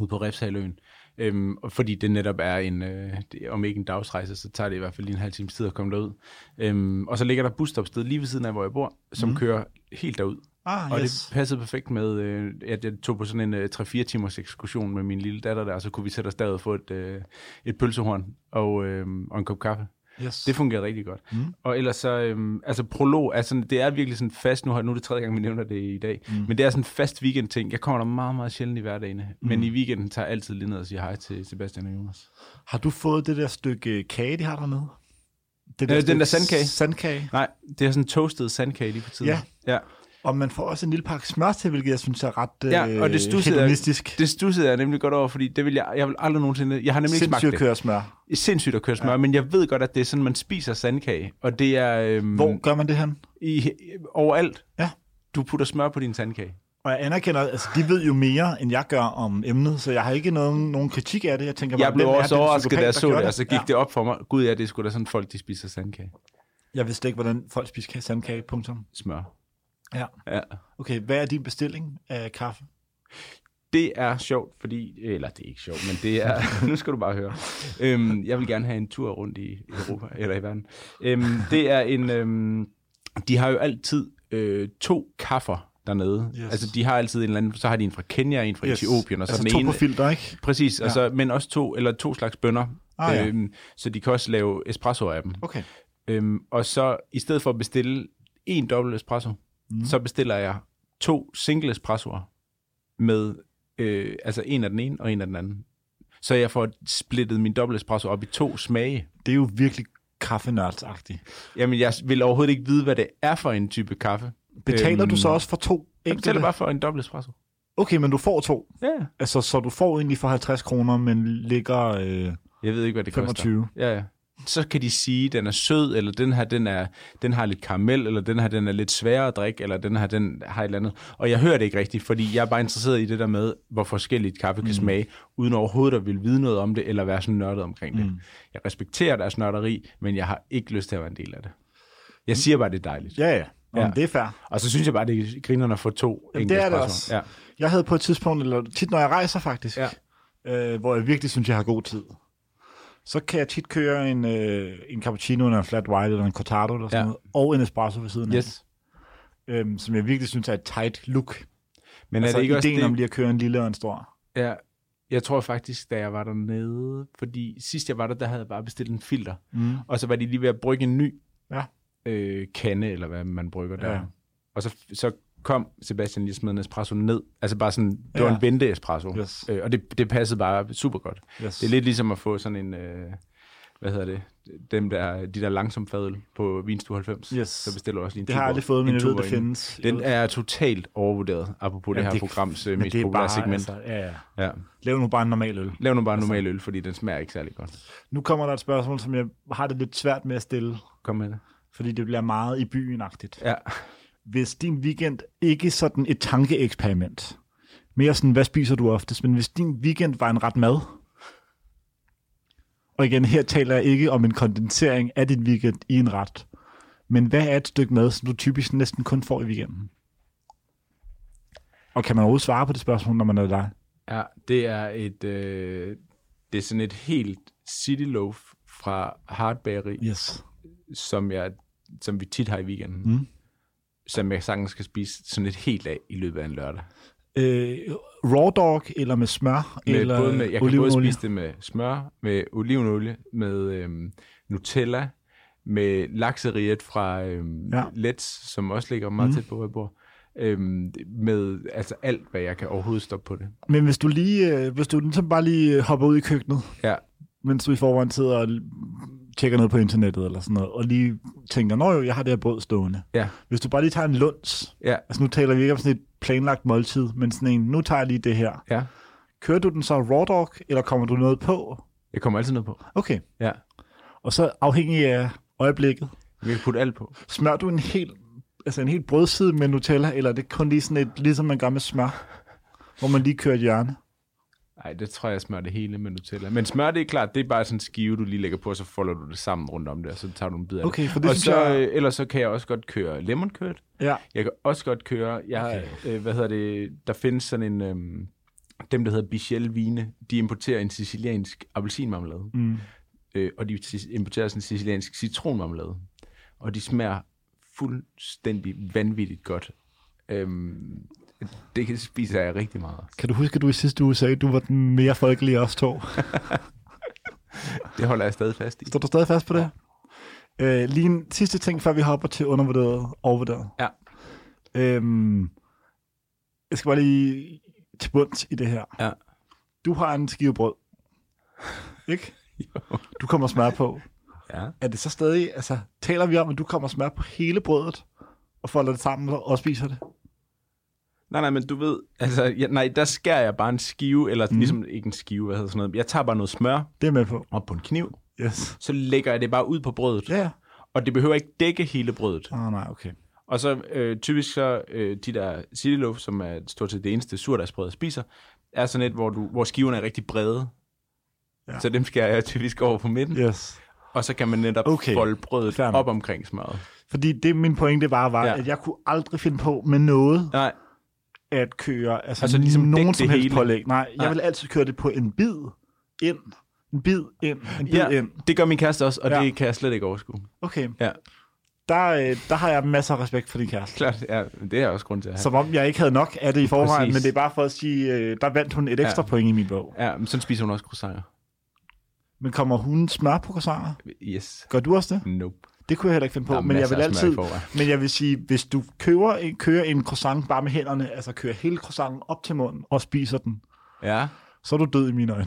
S2: ude på Refshaløen. Øhm, og fordi det netop er en, øh, det, om ikke en dagsrejse, så tager det i hvert fald lige en halv times tid at komme derud. Øhm, og så ligger der et busstopsted lige ved siden af, hvor jeg bor, som mm. kører helt derud.
S1: Mhm. Ah,
S2: og
S1: yes.
S2: det passede perfekt med, øh, at jeg tog på sådan en øh, 3-4 timers ekskursion med min lille datter der, og så kunne vi sætte os derud og få et, øh, et pølsehorn og, øh, og en kop kaffe.
S1: Yes.
S2: Det fungerede rigtig godt. Mm. Og ellers så, øhm, altså prolog, er sådan, det er virkelig sådan fast, nu, har, nu er det tredje gang, vi nævner det i dag, mm. men det er sådan en fast weekendting. Jeg kommer der meget, meget sjældent i hverdagene, mm. men i weekenden tager jeg altid lige ned og siger hej til Sebastian og Jonas.
S1: Har du fået det der stykke øh, kage, de har dernede? Det
S2: Øh, den
S1: stykke
S2: der sandkage.
S1: Sandkage.
S2: Nej, det er sådan en toastet sandkage lige for tiden.
S1: Ja.
S2: ja.
S1: Og man får også en lille pakke smør til, hvilket jeg synes er ret øh,
S2: Ja, og det stussede, jeg,
S1: hedonistisk.
S2: det stussede jeg nemlig godt over, fordi det vil jeg, jeg vil aldrig nogensinde, jeg har nemlig ikke smagt
S1: Sindssygt at
S2: det.
S1: køre smør.
S2: Sindssygt at køre smør, ja. men jeg ved godt, at det er sådan, man spiser sandkage, og det er øhm,
S1: Hvor gør man det hen?
S2: i, overalt.
S1: Ja.
S2: Du putter smør på din sandkage.
S1: Og jeg anerkender, altså de ved jo mere, end jeg gør om emnet, så jeg har ikke nogen, nogen kritik af det. Jeg tænker bare,
S2: Jeg blev
S1: hvem er
S2: også
S1: den
S2: overrasket,
S1: psykopat,
S2: da jeg
S1: der
S2: så
S1: gør
S2: det, og så gik ja. det op for mig. Gud ja, det er sgu da sådan folk, de spiser sandkage.
S1: Jeg vidste ikke, hvordan folk spiser ka- sandkage, punktum.
S2: Smør.
S1: Ja.
S2: Ja.
S1: Okay, hvad er din bestilling af kaffe?
S2: Det er sjovt, fordi... Eller det er ikke sjovt, men det er... nu skal du bare høre. Øhm, jeg vil gerne have en tur rundt i Europa, eller i verden. Øhm, det er en... Øhm, de har jo altid øh, to kaffer dernede.
S1: Yes.
S2: Yes. Altså, de har altid en eller anden... Så har de en fra Kenya, en fra yes. Etiopien, og så
S1: altså
S2: den
S1: to
S2: ene...
S1: på filter, ikke?
S2: Præcis, ja. altså, men også to, eller to slags bønner.
S1: Ah, ja.
S2: øhm, så de kan også lave espresso af dem.
S1: Okay.
S2: Øhm, og så i stedet for at bestille en dobbelt espresso, mm. så bestiller jeg to single espressoer med øh, altså en af den ene og en af den anden. Så jeg får splittet min dobbelt espresso op i to smage.
S1: Det er jo virkelig kaffenørdsagtigt.
S2: Jamen, jeg vil overhovedet ikke vide, hvad det er for en type kaffe.
S1: Betaler
S2: Øhm,
S1: du så også for to
S2: Jeg
S1: enkelte?
S2: betaler bare for en dobbelt espresso.
S1: Okay, men du får to.
S2: Ja.
S1: Altså, så du får egentlig for 50 kroner, men ligger... Øh,
S2: Jeg ved ikke, hvad det
S1: 25.
S2: koster. Ja, ja. Så kan de sige, den er sød, eller den her, den, er, den har lidt karamel, eller den her, den er lidt sværere at drikke, eller den her, den har et eller andet. Og jeg hører det ikke rigtigt, fordi jeg er bare interesseret i det der med, hvor forskelligt kaffe
S1: Mm.
S2: kan smage, uden overhovedet at ville vide noget om det, eller være sådan nørdet omkring
S1: Mm.
S2: det. Jeg respekterer deres nørderi, men jeg har ikke lyst til at være en del af det. Jeg siger bare, det er dejligt.
S1: ja, ja. Jamen,
S2: Ja.
S1: det er fair.
S2: Og så synes jeg bare, det er grinerne at få to
S1: Jamen,
S2: enkelte
S1: det er det
S2: espressoer.
S1: også. Ja. Jeg havde på et tidspunkt, eller tit når jeg rejser faktisk,
S2: Ja.
S1: øh, hvor jeg virkelig synes, jeg har god tid, så kan jeg tit køre en, øh, en cappuccino, eller en flat white, eller en cortado, eller sådan ja.
S2: Ja.
S1: noget, og en espresso ved siden
S2: Ja.
S1: af,
S2: Yes.
S1: øhm, som jeg virkelig synes er et tight look.
S2: Men
S1: altså
S2: er det ikke også
S1: ideen
S2: det,
S1: om lige at køre en lille og en stor.
S2: Ja, jeg tror faktisk, da jeg var dernede, fordi sidst jeg var der, der havde jeg bare bestilt en filter,
S1: Mm.
S2: og så var de lige ved at brygge en ny
S1: Ja.
S2: øh, kande, eller hvad man brygger der.
S1: Ja.
S2: Ja. Og så, så kom Sebastian lige smed en espresso ned, altså bare sådan, det var
S1: Ja.
S2: en vente espresso,
S1: Yes.
S2: øh, og det, det passede bare super godt.
S1: Yes.
S2: Det er lidt ligesom at få sådan en, øh, hvad hedder det, dem der, de der langsom fadøl på Vinstue 90,
S1: Yes.
S2: så bestiller du også lige en
S1: det har jeg
S2: tuborg-
S1: aldrig fået, men
S2: en
S1: jeg ved, det
S2: tuborg inden.
S1: findes. Jeg
S2: Den
S1: ved-
S2: er totalt overvurderet, apropos
S1: Jamen,
S2: det her
S1: det-
S2: programs øh,
S1: men
S2: mest
S1: det er
S2: populære
S1: bare,
S2: segment.
S1: Altså, ja, ja.
S2: Ja.
S1: Lav nu bare en normal øl.
S2: Lav nu bare altså, normal øl, fordi den smager ikke særlig godt.
S1: Nu kommer der et spørgsmål, som jeg har det lidt svært med at stille,
S2: Kom med det.
S1: fordi det bliver meget i byen-agtigt.
S2: Ja.
S1: hvis din weekend ikke sådan et tankeeksperiment, mere sådan, hvad spiser du oftest, men hvis din weekend var en ret mad, og igen, her taler jeg ikke om en kondensering af din weekend i en ret, men hvad er et stykke mad, som du typisk næsten kun får i weekenden? Og kan man overhovedet svare på det spørgsmål, når man er dig?
S2: ja det er et... Øh, det er sådan et helt city loaf fra Hardberry, ja.
S1: Yes.
S2: som, jeg, som vi tit har i weekenden.
S1: Mm.
S2: Som jeg sagtens skal spise sådan et helt af i løbet af en lørdag.
S1: Øh, raw dog, eller med smør,
S2: Med
S1: eller
S2: både med, jeg kan både
S1: olivenolie?
S2: spise det med smør, med olivenolie, med øhm, Nutella, med lakseriet fra øhm,
S1: Ja.
S2: ja. Let's, som også ligger meget mm. tæt på, hvor jeg bor. Øhm, med altså alt, hvad jeg kan overhovedet stoppe på det.
S1: Men hvis du lige, øh, hvis du ligesom bare lige øh, hopper ud i køkkenet,
S2: Ja,
S1: mens du i forvejen sidder og tjekker noget på internettet eller sådan noget, og lige tænker, nå jo, jeg har det her brød stående.
S2: ja,
S1: Hvis du bare lige tager en lunds,
S2: ja,
S1: altså nu taler vi ikke om sådan et planlagt måltid, men sådan en, nu tager jeg lige det her.
S2: ja.
S1: Kører du den så raw dog, eller kommer du noget på?
S2: Jeg kommer altid ned på.
S1: Okay.
S2: Ja.
S1: Og så afhængig af øjeblikket,
S2: Jeg kan putte alt på.
S1: smør du en hel, altså en hel brødside med Nutella, eller er det kun lige sådan et, ligesom man gør med smør, hvor man lige kører et hjørne?
S2: Nej, det tror jeg, jeg smører det hele med Nutella. Men smør, det er klart, det er bare sådan en skive, du lige lægger på, og så folder du det sammen rundt om det, og så tager du en bid af
S1: Okay,
S2: det.
S1: for det
S2: og
S1: synes
S2: så,
S1: jeg-
S2: øh, Ellers så kan jeg også godt køre lemon curd.
S1: Ja.
S2: Jeg kan også godt køre, jeg, okay. øh, hvad hedder det, der findes sådan en, øhm, dem der hedder Bichel Vine, de importerer en siciliansk appelsinmarmelade,
S1: Mm.
S2: øh, og de si- importerer sådan en siciliansk citronmarmelade, og de smager fuldstændig vanvittigt godt. Øhm, det kan- spiser jeg rigtig meget.
S1: Kan du huske, at du i sidste uge sagde, at du var den mere folkelige af os to?
S2: Det holder jeg stadig fast i.
S1: Står du stadig fast på det? Øh, lige en sidste ting, før vi hopper til undervurderet og overvurderet.
S2: Ja.
S1: Øhm, jeg skal bare lige til bunds i det her.
S2: Ja.
S1: Du har en skive brød. Ikke? Du kommer smør på.
S2: Ja.
S1: Er det så stadig, altså, taler vi om, at du kommer smør på hele brødet, og folder det sammen og spiser det?
S2: Nej, nej, men du ved, altså, jeg, nej, der skærer jeg bare en skive, eller mm. ligesom ikke en skive, hvad hedder sådan noget. Jeg tager bare noget smør
S1: Det er med på.
S2: op på en kniv,
S1: Yes.
S2: så lægger jeg det bare ud på brødet.
S1: Ja, ja.
S2: Og det behøver ikke dække hele brødet.
S1: Åh, oh, nej, okay.
S2: Og så øh, typisk så øh, de der sililoaf, som er stort set det eneste surdagsbrød, jeg spiser, er sådan et, hvor, du, hvor skiverne er rigtig brede.
S1: Ja.
S2: Ja. Så dem skærer jeg typisk over på midten. Ja.
S1: Yes.
S2: Og så kan man netop
S1: Okay.
S2: okay. folde brødet
S1: Fair nok.
S2: op omkring smøret.
S1: Fordi det, min pointe bare var, ja.
S2: Ja.
S1: at jeg kunne aldrig finde på med noget,
S2: Nej,
S1: at køre altså, altså
S2: Altså
S1: ligesom
S2: ligesom dække
S1: nogen
S2: det
S1: som helst
S2: hele.
S1: pålæg. Nej, jeg
S2: Nej.
S1: vil altid køre det på en bid ind. En bid ind. En bid ja. ind.
S2: det gør min kæreste også, og
S1: Ja.
S2: ja. det kan jeg slet ikke overskue.
S1: Okay,
S2: Ja,
S1: der, øh, der har jeg masser af respekt for din kæreste.
S2: klart. Ja, men det er også grund til at have.
S1: Som om jeg ikke havde nok af det i forvejen, Præcis.
S2: Præcis.
S1: men det er bare for at sige, øh, der vandt hun et ekstra ja.
S2: Ja.
S1: point i min bog.
S2: Ja, men sådan spiser hun også croissanter.
S1: Men kommer hun smør på croissanter?
S2: Yes.
S1: Gør du også det?
S2: Nope.
S1: Det kunne jeg heller ikke finde på,
S2: Der er
S1: men jeg
S2: masser
S1: vil
S2: af smør i
S1: altid...
S2: forvejen.
S1: Men jeg vil sige, hvis du kører en, kører en croissant bare med hænderne, altså kører hele croissanten op til munden og spiser den,
S2: Ja.
S1: så er du død i mine øjne.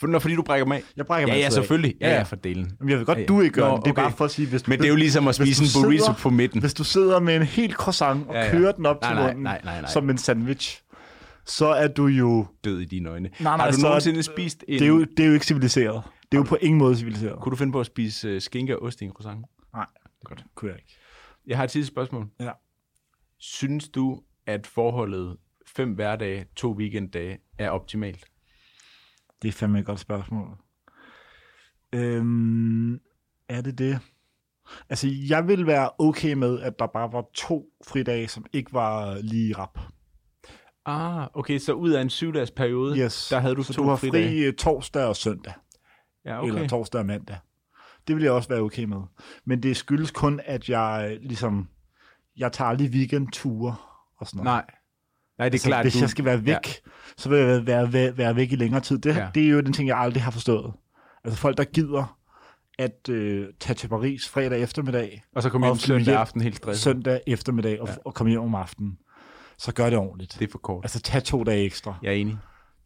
S2: For, når, fordi du brækker mig af.
S1: Jeg brækker mig
S2: Ja, ja,
S1: altid af.
S2: selvfølgelig. Ja,
S1: Ja.
S2: ja, for delen.
S1: Jamen, jeg ved godt,
S2: Ja, ja.
S1: du ikke gør
S2: Nå,
S1: det. Det er
S2: okay.
S1: bare for at sige, hvis du
S2: Men det er jo ligesom at
S1: Hvis
S2: spise en
S1: du
S2: burrito
S1: sidder-
S2: på midten.
S1: Hvis du sidder med en hel croissant og ja,
S2: Ja,
S1: ja.
S2: ja.
S1: kører den op
S2: Nej,
S1: til
S2: nej,
S1: munden
S2: nej, nej, nej.
S1: som en sandwich, så er du jo...
S2: Død i dine øjne.
S1: nej,
S2: Har du
S1: så-
S2: nogensinde spist en...
S1: Det er jo, det er jo ikke civiliseret. Det er jo på ingen måde civiliseret.
S2: Kunne du finde på at spise øh, skinke og ost i en croissant?
S1: Nej,
S2: Godt.
S1: det kunne jeg ikke.
S2: Jeg har et sidste spørgsmål.
S1: Ja.
S2: Synes du, at forholdet fem hverdage, to weekenddage er optimalt?
S1: Det er fandme et godt spørgsmål. Øhm, er det det? Altså, jeg vil være okay med, at der bare var to fridage, som ikke var lige rap.
S2: Ah, okay, så ud af en syvdags periode,
S1: Yes.
S2: der havde du
S1: så
S2: to
S1: du har
S2: fridage.
S1: fri øh, torsdag og søndag.
S2: Ja,
S1: okay.
S2: okay.
S1: eller torsdag og mandag. Det vil jeg også være okay med. Men det skyldes kun, at jeg øh, ligesom, jeg tager lige weekendture og sådan noget.
S2: Nej. Nej, det er
S1: så
S2: klart.
S1: hvis
S2: du...
S1: jeg skal være væk, ja. så vil jeg være, være, være, være væk i længere tid. Det, ja.
S2: Ja.
S1: det er jo den ting, jeg aldrig har forstået. Altså folk, der gider at øh, tage til Paris fredag eftermiddag,
S2: Og så kommer
S1: Og
S2: jeg hjem
S1: flyve
S2: søndag
S1: hjem.
S2: aften helt stresset.
S1: søndag eftermiddag og, ja. og komme hjem om aftenen, så gør det ordentligt.
S2: Det er for kort.
S1: Altså tag to dage ekstra.
S2: Jeg er enig.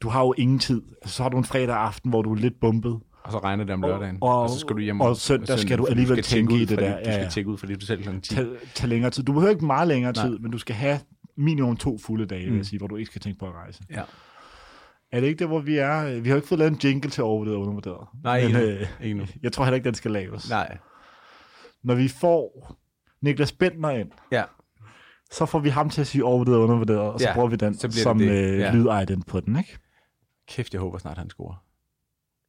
S1: Du har jo ingen tid. Altså, så har du en fredag aften, hvor du er lidt bumpet.
S2: Og så regner det om lørdagen.
S1: og-
S2: Og, så skal du hjem.
S1: og søndag skal du
S2: fordi
S1: alligevel
S2: skal tjekke
S1: tænke i
S2: ud
S1: det
S2: fra
S1: der,
S2: dit-
S1: ja,
S2: Du
S1: ja.
S2: skal tjekke ud fra det, du selv kl. 10.
S1: tage, tage længere tid. Du behøver ikke meget længere
S2: Nej. Mm.
S1: tid, men du skal have minimum to fulde dage, vil jeg sige, hvor du ikke skal tænke på at rejse.
S2: Ja.
S1: Er det ikke der, hvor vi er? Vi har jo ikke fået lavet en jingle til overvurderet og undervurderet.
S2: Nej, ikke,
S1: men,
S2: nu.
S1: øh,
S2: ikke nu.
S1: jeg tror heller ikke, den skal laves.
S2: Nej.
S1: Når vi får Niklas Bentner ind,
S2: Ja.
S1: så får vi ham til at sige overvurderet og undervurderet, og så
S2: Ja,
S1: bruger vi den
S2: så bliver det
S1: som
S2: det.
S1: øh,
S2: Ja.
S1: lydiden på den, ikke?
S2: Kæft, jeg håber snart, han scorer.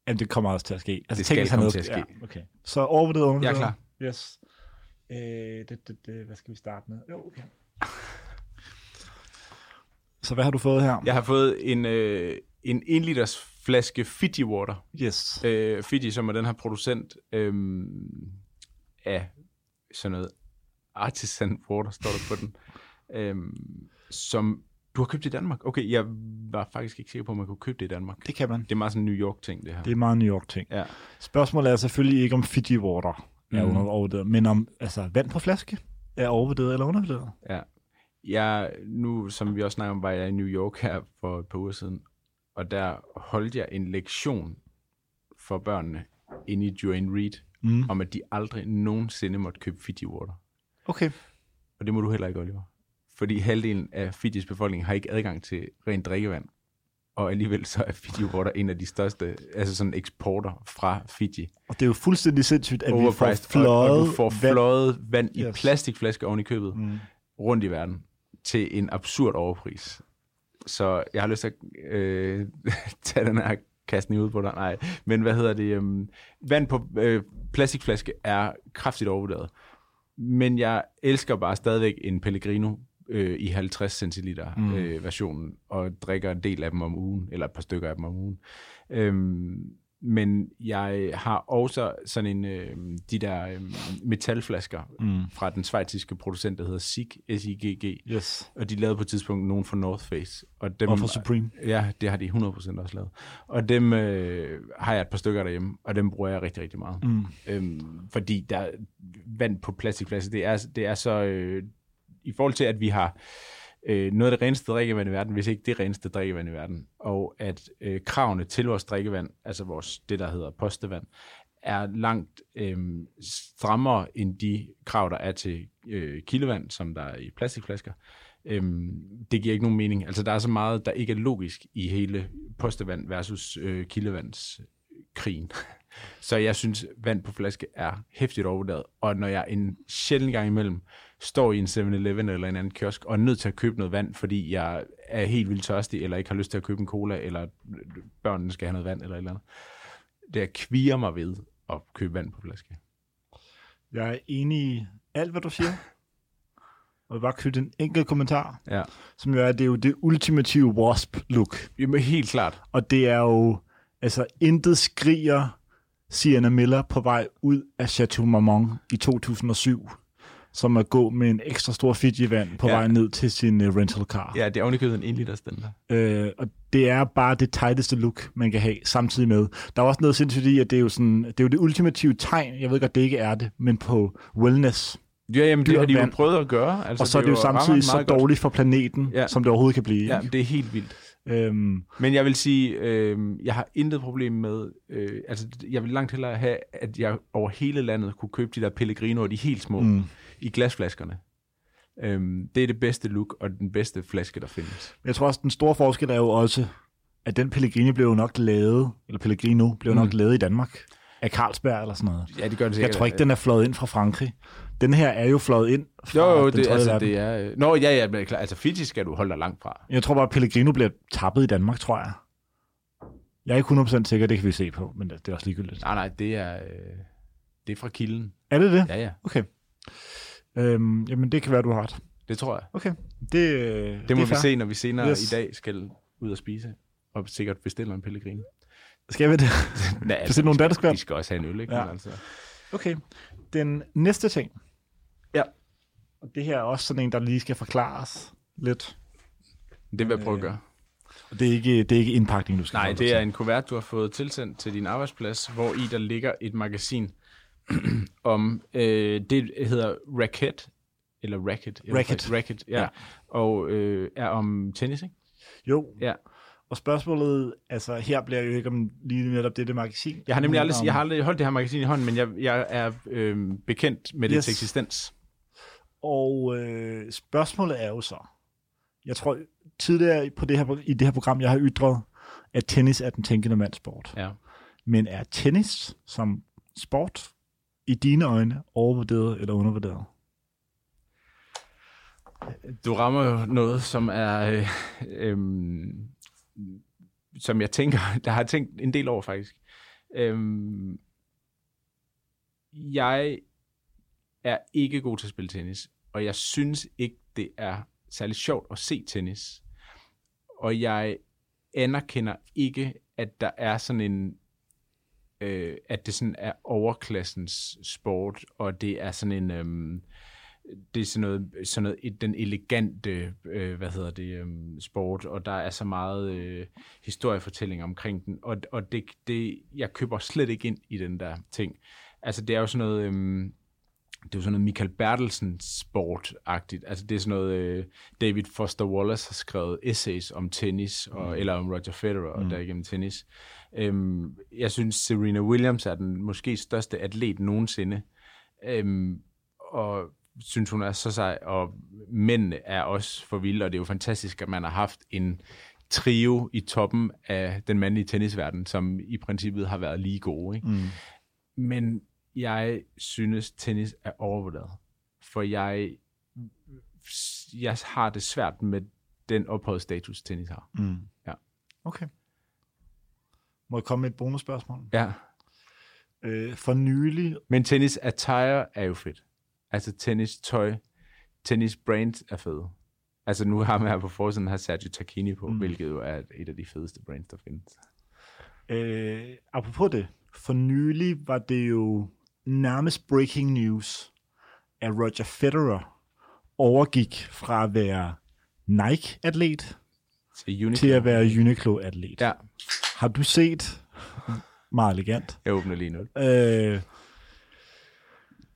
S1: Jamen, det kommer også til at ske. Altså, tænk,
S2: Det skal
S1: hvis han
S2: komme
S1: havde-
S2: til at ske.
S1: Ja, okay. Så overvurderet og undervurderet. klar.
S2: Jeg er
S1: Yes. Øh, det, det, det, hvad skal vi starte med? Jo, okay. Så hvad har du fået her?
S2: Jeg har fået en, øh, en 1 liters flaske Fiji Water.
S1: Yes.
S2: Øh, Fiji, som er den her producent øh, af sådan noget artisan water, står der på den. Øh, som du har købt i Danmark. Okay, jeg var faktisk ikke sikker på, om man kunne købe det i Danmark.
S1: Det kan man.
S2: Det er meget sådan en New York-ting, det her.
S1: Det er meget New York-ting.
S2: Ja.
S1: Spørgsmålet er selvfølgelig ikke om Fiji Water er
S2: Mhm.
S1: mm. overvurderet. Men om altså, vand på flaske er overvurderet eller undervurderet?
S2: Ja. Jeg, nu, som vi også snakker om, var jeg i New York her for et par uger siden, og der holdt jeg en lektion for børnene inde i Joanne Reed,
S1: Mm.
S2: om at de aldrig nogensinde måtte købe Fiji Water.
S1: Okay.
S2: Og det må du heller ikke, Oliver. Fordi halvdelen af Fijis befolkning har ikke adgang til rent drikkevand. Og alligevel så er Fiji Water en af de største altså sådan eksporter fra Fiji.
S1: Og det er jo fuldstændig sindssygt, at vi får
S2: Overpriced. Og,
S1: fløjet
S2: og du får
S1: vand.
S2: fløjet vand, vand i
S1: Yes.
S2: plastikflaske oven i købet
S1: Mm.
S2: rundt i verden til en absurd overpris. Så jeg har lyst til at øh, tage den her kastning ud på dig. Nej, men hvad hedder det? Øhm, vand på øh, plastikflaske er kraftigt overvurderet. Men jeg elsker bare stadigvæk en Pellegrino øh, i 50 centiliter
S1: Mm.
S2: øh, versionen, og drikker en del af dem om ugen, eller et par stykker af dem om ugen. Øhm, men jeg har også sådan en, øh, de der øh, metalflasker
S1: Mm.
S2: fra den svejtiske producent, der hedder SIG, S-I-G-G,
S1: Yes.
S2: og de lavede på et tidspunkt nogen fra North Face. Og dem,
S1: Og for Supreme.
S2: Ja, det har de 100% også lavet. Og dem øh, har jeg et par stykker derhjemme, og dem bruger jeg rigtig, rigtig meget.
S1: Mm.
S2: Øhm, fordi der vand på plastikflasker, det er, det er så... Øh, I forhold til, at vi har øh, noget af det reneste drikkevand i verden, hvis ikke det reneste drikkevand i verden, og at øh, kravene til vores drikkevand, altså vores, det der hedder postevand, er langt øh, strammere end de krav, der er til øh, kildevand, som der er i plastikflasker. Øhm, det giver ikke nogen mening. Altså, der er så meget, der ikke er logisk i hele postevand versus øh, kildevandskrigen. Så jeg synes, vand på flaske er hæftigt overvurderet. Og når jeg en sjældent gang imellem står i en 7-Eleven eller en anden kiosk og er nødt til at købe noget vand, fordi jeg er helt vildt tørstig, eller ikke har lyst til at købe en cola, eller børnene skal have noget vand, eller et eller andet. Det jeg kvier mig ved at købe vand på flaske.
S1: Jeg er enig i alt, hvad du siger. Og jeg vil bare knytte en enkelt kommentar,
S2: Ja.
S1: som jo er, at det er jo det ultimative wasp-look.
S2: Jamen, helt klart.
S1: Og det er jo, altså intet skriger Sienna Miller på vej ud af Chateau Marmont i 2007, som at gå med en ekstra stor Fiji-vand på
S2: Ja.
S1: ja. vej ned til sin uh, rental car.
S2: Ja, det er ovenikøbet en 1 liter stænder.
S1: Øh, og det er bare det tighteste look, man kan have samtidig med. Der er også noget sindssygt i, at det er jo, sådan, det, er jo det ultimative tegn, jeg ved godt, det ikke er det, men på wellness.
S2: Ja, jamen, det har de jo
S1: Dyrvand.
S2: prøvet at gøre. Altså,
S1: og så er det jo
S2: rammer
S1: samtidig så
S2: meget
S1: dårligt for planeten,
S2: Ja.
S1: ja. som det overhovedet kan blive.
S2: Godt.
S1: Ja.
S2: Ja, det er helt vildt.
S1: Øhm,
S2: Men jeg vil sige, øh, jeg har intet problem med, øh, altså jeg vil langt hellere have, at jeg over hele landet kunne købe de der Pellegrinoer, de helt små, mm.
S1: Mm.
S2: i glasflaskerne. Øh, det er det bedste look og den bedste flaske, der findes.
S1: jeg tror også, den store forskel er jo også, at den Pellegrini blev jo nok lavet, eller Pellegrino blev mm. nok lavet i Danmark af Carlsberg eller sådan noget.
S2: Ja, det gør det
S1: Jeg tror ikke, den er fløjet ind fra Frankrig. Den her er jo fløjet ind fra
S2: Jo, jo,
S1: den
S2: det,
S1: tredje
S2: altså,
S1: verden.
S2: det er... øh, Nå, ja, ja, men det er klart, altså Fiji skal du holde dig langt fra.
S1: Jeg tror bare, at Pellegrino bliver tappet i Danmark, tror jeg. Jeg er ikke 100% sikker, det kan vi se på, men det er også ligegyldigt.
S2: Nej, nej, det er, øh, det er fra kilden.
S1: Er det det?
S2: Ja, ja,
S1: Okay. Øhm, jamen, det kan være, du har ret.
S2: det tror jeg.
S1: Okay. Det, øh,
S2: Det må
S1: er
S2: det vi
S1: fair.
S2: se, når vi senere yes.
S1: Yes.
S2: i dag skal ud og spise, og sikkert bestiller en Pellegrino.
S1: Skal vi det?
S2: Nej, altså,
S1: Bestil nogle
S2: de skal-
S1: danskvand.
S2: De skal også have en øl, ikke?
S1: Ja.
S2: Men Altså.
S1: Okay. Den næste ting.
S2: Ja.
S1: Og det her er også sådan en, der lige skal forklares lidt.
S2: Det vil jeg prøve at gøre.
S1: Og det er ikke, det er ikke indpakning, du skal
S2: Øh, Nej,
S1: forholde
S2: det
S1: dig
S2: er en kuvert, du har fået tilsendt til din arbejdsplads, hvor i der ligger et magasin om, øh, det hedder Racket, eller Racket. jeg ved
S1: Racket.
S2: faktisk- Racket, ja. ja.
S1: Ja.
S2: Og øh, er om tennis, ikke?
S1: til. Jo,
S2: Ja.
S1: og spørgsmålet, altså her bliver jo ikke om lige netop dette magasin.
S2: Jeg har nemlig
S1: men
S2: aldrig,
S1: om-
S2: jeg har aldrig holdt det her magasin i hånden, men jeg, jeg er øh, bekendt med dets
S1: Yes.
S2: eksistens.
S1: øhm, Og øh, spørgsmålet er jo så, jeg tror tidligere på det her, i det her program, jeg har ytret, at tennis er den tænkende mandsport.
S2: Ja.
S1: Men er tennis som sport i dine øjne overvurderet eller undervurderet?
S2: Du rammer jo noget, som er... Øh, øhm, som jeg tænker, der har jeg tænkt en del over faktisk. Øhm, jeg er ikke god til at spille tennis, og jeg synes ikke, det er særlig sjovt at se tennis. Og jeg anerkender ikke, at der er sådan en øh, at det sådan er overklassens sport, og det er sådan en øhm, det er sådan noget, sådan noget et- den elegante, øh, hvad hedder det, øhm, sport, og der er så meget øh, historiefortælling omkring den, og, og det, det, jeg køber slet ikke ind i den der ting. Altså, det er jo sådan noget... Øhm, det er jo sådan noget Michael Bertelsen sport-agtigt. Altså det er sådan noget, øh, David Foster Wallace har skrevet essays om tennis, og, mm. eller om Roger Federer, mm. og derigennem tennis. Øhm, jeg synes, Serena Williams er den måske største atlet nogensinde. Øhm, og synes, hun er så sej, og mændene er også for vilde, og det er jo fantastisk, at man har haft en trio i toppen af den mandlige tennisverden, som i princippet har været lige gode. Ikke? Mm. Men jeg synes, tennis er overvurderet. For jeg, jeg har det svært med den ophøjet status, tennis har.
S1: Mm.
S2: Ja.
S1: Okay. Må jeg komme med et bonusspørgsmål?
S2: ja.
S1: Øh, for nylig,
S2: Men tennis attire er jo fedt. Altså tennis tøj, tennis brands er fede. Altså nu har man her på forsiden har Sergio Tacchini på, mm. hvilket jo er et af de fedeste brands, der findes.
S1: øh, apropos det, for nylig var det jo nærmest breaking news, at Roger Federer overgik fra at være Nike-atlet
S2: Til Uniqlo.
S1: til at være Uniqlo-atlet.
S2: Ja,
S1: Har du set, meget elegant,
S2: jeg åbner lige nu.
S1: Øh,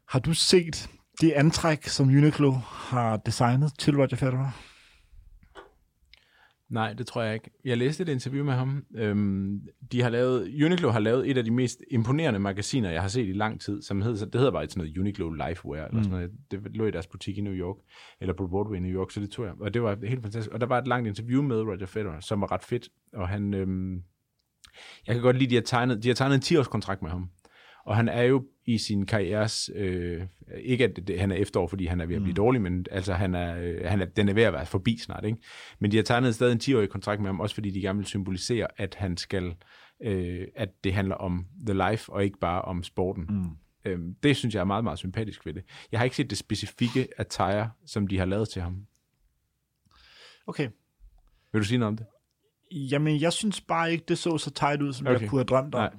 S1: har du set det antræk, som Uniqlo har designet til Roger Federer?
S2: Nej, det tror jeg ikke. Jeg læste et interview med ham. Øhm, de har lavet, Uniqlo har lavet et af de mest imponerende magasiner, jeg har set i lang tid, som hedder, det hedder bare et sådan noget Uniqlo Lifewear, eller sådan noget. Det lå i deres butik i New York, eller på Broadway i New York, så det tog jeg. Og det var helt fantastisk. Og der var et langt interview med Roger Federer, som var ret fedt, og han... Øhm, jeg kan godt lide, de har tegnet, de har tegnet en 10-års kontrakt med ham. Og han er jo i sin karrieres, øh, ikke at det, han er efterår, fordi han er ved at blive mm. dårlig, men altså han er, øh, han er, den er ved at være forbi snart. Ikke? Men de har tegnet stadig en 10-årig kontrakt med ham, også fordi de gerne vil symbolisere, at han skal, øh, at det handler om the life, og ikke bare om sporten. Mm. Øhm, det synes jeg er meget, meget sympatisk ved det. Jeg har ikke set det specifikke attire, som de har lavet til ham.
S1: Okay.
S2: Vil du sige noget om det?
S1: Jamen, jeg synes bare ikke, det så så tight ud, som okay.
S2: Okay.
S1: jeg kunne have drømt om.
S2: Nej.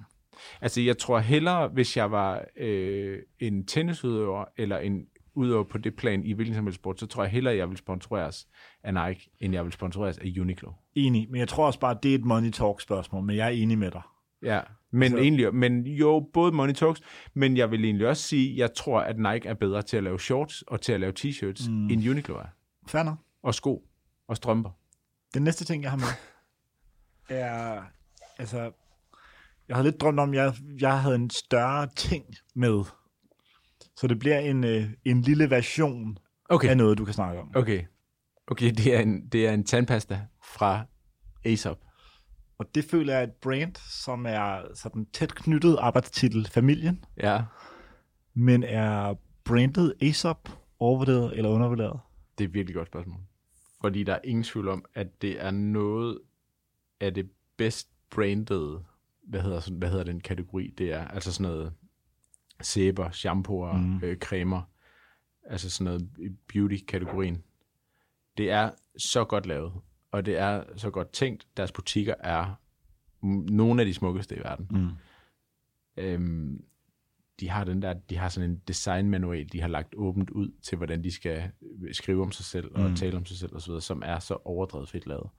S2: Altså, jeg tror hellere, hvis jeg var øh, en tennisudøver, eller en udøver på det plan i hvilken som helst sport, så tror jeg hellere, jeg vil sponsoreres af Nike, end jeg vil sponsoreres af Uniqlo.
S1: Enig, men jeg tror også bare, det er et money talk spørgsmål, men jeg er enig med dig.
S2: Ja, men altså, egentlig, men jo, både Money Talks, men jeg vil egentlig også sige, jeg tror, at Nike er bedre til at lave shorts og til at lave t-shirts, mm. end Uniqlo er.
S1: Fair nok.
S2: Og sko og strømper.
S1: Den næste ting, jeg har med, er, altså, jeg havde lidt drømt om, at jeg, jeg havde en større ting med. Så det bliver en, øh, en lille version
S2: Okay.
S1: af noget, du kan snakke om.
S2: Okay, okay det, er en, det er en tandpasta fra Aesop.
S1: Og det føler jeg er et brand, som er sådan tæt knyttet arbejdstitel familien,
S2: Ja,
S1: men er brandet Aesop overvurderet eller undervurderet?
S2: det er et virkelig godt spørgsmål. Fordi der er ingen tvivl om, at det er noget af det bedst brandede, hvad hedder, sådan, hvad hedder den kategori, det er, altså sådan noget sæber, shampooer, mm. øh, cremer, altså sådan noget i beauty-kategorien. Det er så godt lavet, og det er så godt tænkt. Deres butikker er m- nogle af de smukkeste i verden. Mm. Øhm, de har den der, de har sådan en designmanual, de har lagt åbent ud til, hvordan de skal øh, skrive om sig selv og mm. tale om sig selv osv., som er så overdrevet fedt lavet.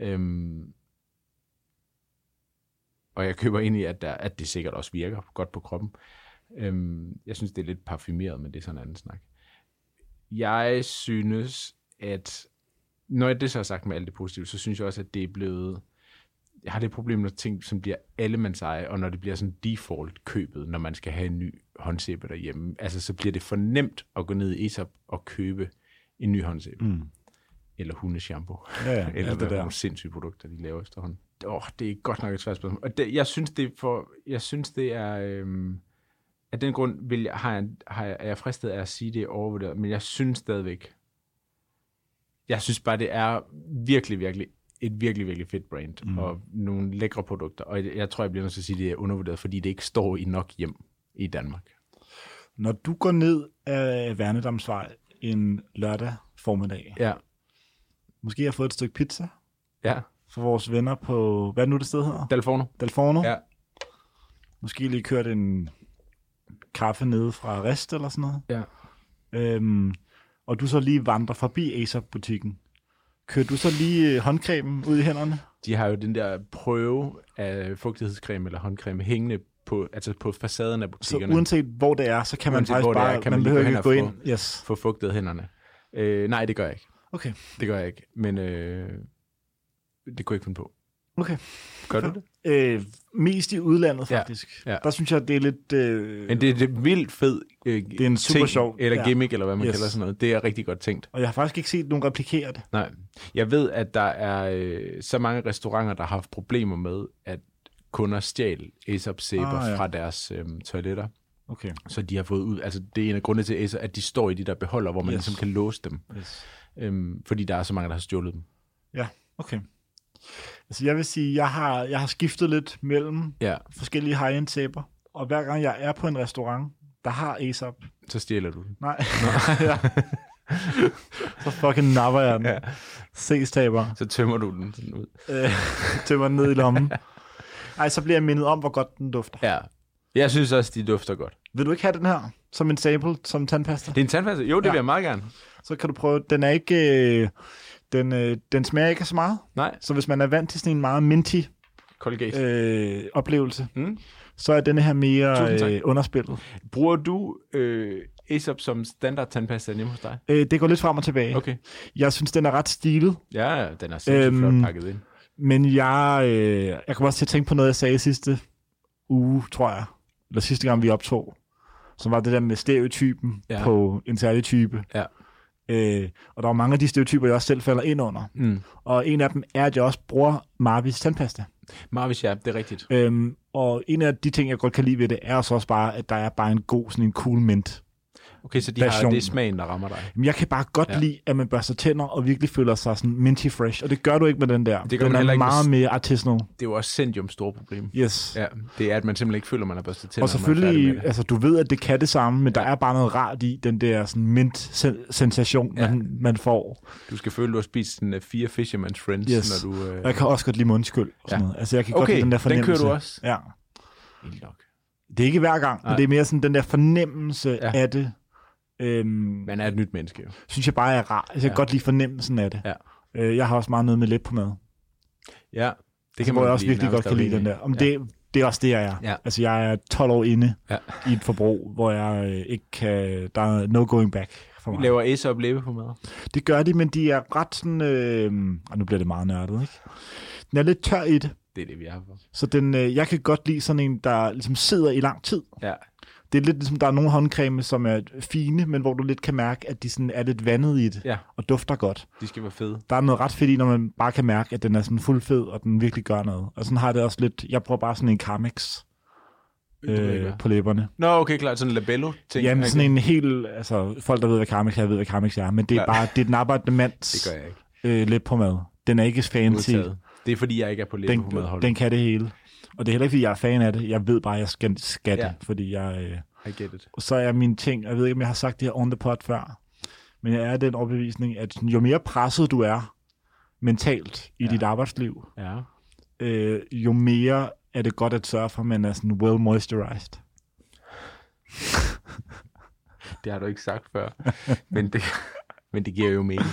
S2: Øhm, og jeg køber ind i, at, der, at det sikkert også virker godt på kroppen. Øhm, jeg synes, det er lidt parfumeret, men det er sådan en anden snak. Jeg synes, at når det så er sagt med alt det positive, så synes jeg også, at det er blevet... Jeg har det problem, når ting som bliver allemands eje, og når det bliver sådan default købet, når man skal have en ny håndsæbe derhjemme. Altså, så bliver det for nemt at gå ned i Aesop og købe en ny håndsæbe. Mm. Eller hundeshampoo.
S1: Ja, ja, alt
S2: Eller
S1: det
S2: hvad
S1: der.
S2: nogle sindssyge produkter, de laver efterhånden. Åh, oh, det er godt nok et svært spørgsmål. Og det, jeg synes, det er for... Jeg synes, det er... Øhm, af den grund vil jeg, har jeg, har jeg, er jeg fristet af at sige, det er overvurderet, men jeg synes stadigvæk, jeg synes bare, det er virkelig, virkelig et virkelig, virkelig fedt brand, mm. og nogle lækre produkter. Og jeg tror, jeg bliver nødt til at sige, at det er undervurderet, fordi det ikke står i nok hjem i Danmark.
S1: Når du går ned af Værnedamsvej en lørdag formiddag,
S2: Ja,
S1: måske har jeg fået et stykke pizza
S2: ja.
S1: fra vores venner på, hvad er det nu det sted hedder?
S2: Dalforno.
S1: Dalforno.
S2: Ja.
S1: Måske lige kørt en kaffe nede fra Rest eller sådan noget.
S2: ja.
S1: Øhm, og du så lige vandrer forbi Aesop-butikken. Kører du så lige øh, håndcremen ud i hænderne?
S2: De har jo den der prøve af fugtighedscreme eller håndcreme hængende på, altså på facaden af
S1: Så
S2: butikkerne.
S1: uanset hvor det er, så kan man
S2: Uanset
S1: faktisk
S2: hvor det er,
S1: bare,
S2: kan man
S1: man,
S2: lige
S1: behøver
S2: gå hen
S1: ikke
S2: og
S1: gå
S2: få-
S1: ind. Yes.
S2: Få fugtet hænderne. Øh, nej, det gør jeg ikke.
S1: Okay.
S2: Det gør jeg ikke. Men øh, det kunne jeg ikke finde på.
S1: Okay.
S2: Gør du det?
S1: Øh, mest i udlandet,
S2: Ja,
S1: faktisk.
S2: ja.
S1: Der synes jeg, det er lidt... Øh,
S2: Men det er det vildt fed øh, det
S1: er en super
S2: ting,
S1: sjov-
S2: eller
S1: ja.
S2: gimmick, eller hvad man
S1: Yes.
S2: kalder sådan noget. Det er rigtig godt tænkt.
S1: Og jeg har faktisk ikke set nogen replikere det.
S2: Nej. Jeg ved, at der er øh, så mange restauranter, der har haft problemer med, at kunder stjal Aesop sæber ah,
S1: Ah,
S2: ja.
S1: ja.
S2: fra deres øh, toiletter.
S1: Okay.
S2: Så de har fået ud, altså det er en af grundene til Aesop, at de står i de der beholder, hvor man yes.
S1: Yes.
S2: ligesom kan låse dem.
S1: Yes.
S2: Øhm, fordi der er så mange, der har stjålet dem.
S1: Ja, okay. Altså jeg vil sige, jeg har, jeg har skiftet lidt mellem
S2: Ja,
S1: forskellige high-end sæber, og hver gang jeg er på en restaurant, der har ASAP.
S2: så stjæler du dem.
S1: Nej. ja. Så fucking napper jeg den.
S2: Ja.
S1: Ja. Ses taber.
S2: Så tømmer du den sådan ud.
S1: Øh, tømmer den ned i lommen. Ej, så bliver jeg mindet om, hvor godt den dufter.
S2: Ja. Jeg synes også, de dufter godt.
S1: Vil du ikke have den her som en sample, som tandpasta?
S2: Det er en tandpasta. Jo, det ja.
S1: Ja.
S2: vil jeg meget gerne.
S1: Så kan du prøve, den er ikke, øh, den, øh, den smager ikke af så meget.
S2: Nej,
S1: Så hvis man er vant til sådan en meget minty
S2: Colgate. Øh.
S1: øh, oplevelse,
S2: Mm.
S1: så er denne her
S2: Tusind tak.
S1: mere øh, underspillet.
S2: Bruger du øh, Aesop som standard tandpasta hjemme hos dig?
S1: Øh, det går lidt frem og tilbage.
S2: Okay.
S1: Jeg synes, den er ret stilet,
S2: Ja, den er sindssygt øhm. flot
S1: Øhm.
S2: pakket ind.
S1: men jeg, øh, jeg kommer også til at tænke på noget, jeg sagde sidste uge, tror jeg, eller sidste gang, vi optog, som var det der med stereotypen
S2: Ja.
S1: ja. på en særlig type.
S2: Ja.
S1: Øh, og der er jo mange af de stereotyper, jeg også selv falder ind under.
S2: Mm.
S1: Og en af dem er, at jeg også bruger Marvis tandpasta.
S2: Marvis, ja, det er rigtigt.
S1: Øhm, og en af de ting, jeg godt kan lide ved det, er så også bare, at der er bare en god, sådan en cool mint.
S2: Okay, så de har,
S1: Version.
S2: det er smagen, der rammer dig.
S1: Jamen, jeg kan bare godt
S2: Ja.
S1: ja. lide, at man børster tænder og virkelig føler sig sådan minty fresh. Og det gør du ikke med den der.
S2: Det gør
S1: den
S2: man heller
S1: er
S2: ikke med
S1: meget
S2: s-
S1: mere artisanal.
S2: Det er jo også Sendiums store problem.
S1: Yes. Ja,
S2: Ja, det er, at man simpelthen ikke føler, man har børstet tænder.
S1: og
S2: når man er færdig med
S1: selvfølgelig,
S2: det.
S1: altså du ved, at det kan det samme, men ja. der er bare noget rart i den der sådan mint-sensation,
S2: Ja.
S1: ja. man, man får.
S2: Du skal føle, du har spist sådan, uh, fire Fisherman's Friends,
S1: Yes.
S2: når du...
S1: Og
S2: Uh...
S1: jeg kan også godt lide mundskyld og sådan
S2: Ja.
S1: ja. noget. Altså jeg kan godt
S2: Okay,
S1: lide den der
S2: den
S1: fornemmelse.
S2: kører du også.
S1: Ja.
S2: Vildt nok.
S1: Det er ikke hver gang,
S2: Nej.
S1: men det er mere sådan den der fornemmelse
S2: Ja.
S1: ja. af det. Øhm,
S2: Man er et nyt menneske. jo.
S1: synes jeg bare er rart. Altså, jeg
S2: Ja.
S1: kan godt lide fornemmelsen af det.
S2: Ja.
S1: Øh, jeg har også meget noget med let på mad.
S2: Ja, det
S1: Det kan
S2: man
S1: Altså, hvor jeg
S2: jo
S1: også
S2: blive
S1: virkelig godt
S2: nærmest
S1: kan lide den
S2: afhængig af.
S1: der. Om
S2: Ja.
S1: ja. det, det er også det, jeg er.
S2: Ja.
S1: Altså, jeg er 12 år inde
S2: Ja.
S1: ja. i et forbrug, hvor jeg øh, ikke kan... Der er no going back for mig.
S2: Laver Aesop læbe på mad?
S1: Det gør de, men de er ret sådan... Øh, og nu bliver det meget nørdet, ikke? Den er lidt tør i det,
S2: Det er det, vi har for.
S1: så den, øh, jeg kan godt lide sådan en, der ligesom sidder i lang tid.
S2: Ja,
S1: Det er lidt ligesom, der er nogle håndcreme, som er fine, men hvor du lidt kan mærke, at de sådan er lidt vandet i det,
S2: Ja.
S1: og dufter godt.
S2: de skal være fede.
S1: der er noget ret fedt i, når man bare kan mærke, at den er sådan fuld fed, og den virkelig gør noget. Og sådan har jeg det også lidt. Jeg bruger bare sådan en Carmex øh, på læberne.
S2: Nå, okay, klart. Sådan en labello-ting.
S1: Jamen
S2: Okay.
S1: sådan en helt, altså folk der ved, hvad Carmex er, ved, hvad Carmex er. Men det er
S2: Ja.
S1: ja. bare, det er den arbejdende mands
S2: Det gør jeg ikke.
S1: øh, lidt på mad. Den er ikke fancy.
S2: Modtaget. Det er, fordi jeg ikke er på læbe
S1: Den,
S2: på madholdet.
S1: den kan det hele. Og det er heller ikke, fordi jeg er fan af det. Jeg ved bare, at jeg skal, skal
S2: Ja.
S1: det, fordi jeg... Øh,
S2: I get it.
S1: så er min ting, og jeg ved ikke, om jeg har sagt det her on the pot før, men jeg er af den overbevisning, at jo mere presset du er mentalt i
S2: Ja.
S1: ja. dit arbejdsliv,
S2: Ja.
S1: øh, jo mere er det godt at sørge for, at man er sådan well moisturized.
S2: Det har du ikke sagt før. men, det, men det giver jo mening.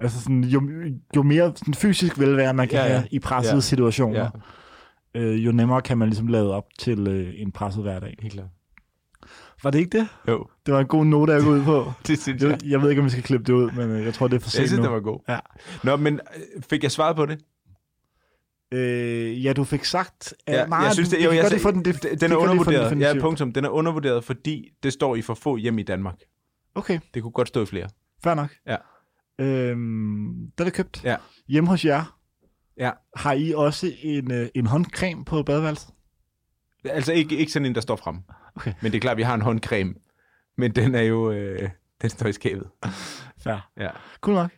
S1: Altså sådan, jo, jo mere sådan fysisk velvære man kan
S2: Ja,
S1: ja,
S2: ja.
S1: ja. have i pressede
S2: Ja.
S1: ja. situationer, ja. Øh, jo nemmere kan man ligesom lade op til øh, en presset hverdag.
S2: helt klart.
S1: Var det ikke det?
S2: Jo,
S1: Det var en god note, jeg gå ud på.
S2: det synes
S1: Jeg, jeg ved ikke, om vi skal klippe det ud, men øh, jeg tror, det er for
S2: Jeg
S1: sent
S2: synes,
S1: nu.
S2: det var god.
S1: Ja.
S2: Nå, men øh, fik jeg svaret på det?
S1: Øh, ja, du fik sagt... at- nej,
S2: jeg synes,
S1: du-
S2: det,
S1: vi
S2: jo,
S1: kan
S2: jeg
S1: godt
S2: sag-
S1: lige få den, det,
S2: den,
S1: vi
S2: er
S1: kan godt lige få den
S2: undervurderet. Ja,
S1: definitivt.
S2: punktum. Den er undervurderet, fordi det står i for få hjem i Danmark.
S1: Okay,
S2: Det kunne godt stå i flere.
S1: fair nok.
S2: Ja.
S1: Øhm, den er købt.
S2: Ja.
S1: Hjemme hos jer,
S2: Ja.
S1: har I også en, øh, en håndcreme på badeværelset?
S2: Altså ikke, ikke sådan en, der står frem.
S1: Okay.
S2: Men det er klart, vi har en håndcreme. Men den er jo... Øh, den står i skabet.
S1: Ja.
S2: Ja.
S1: Cool nok.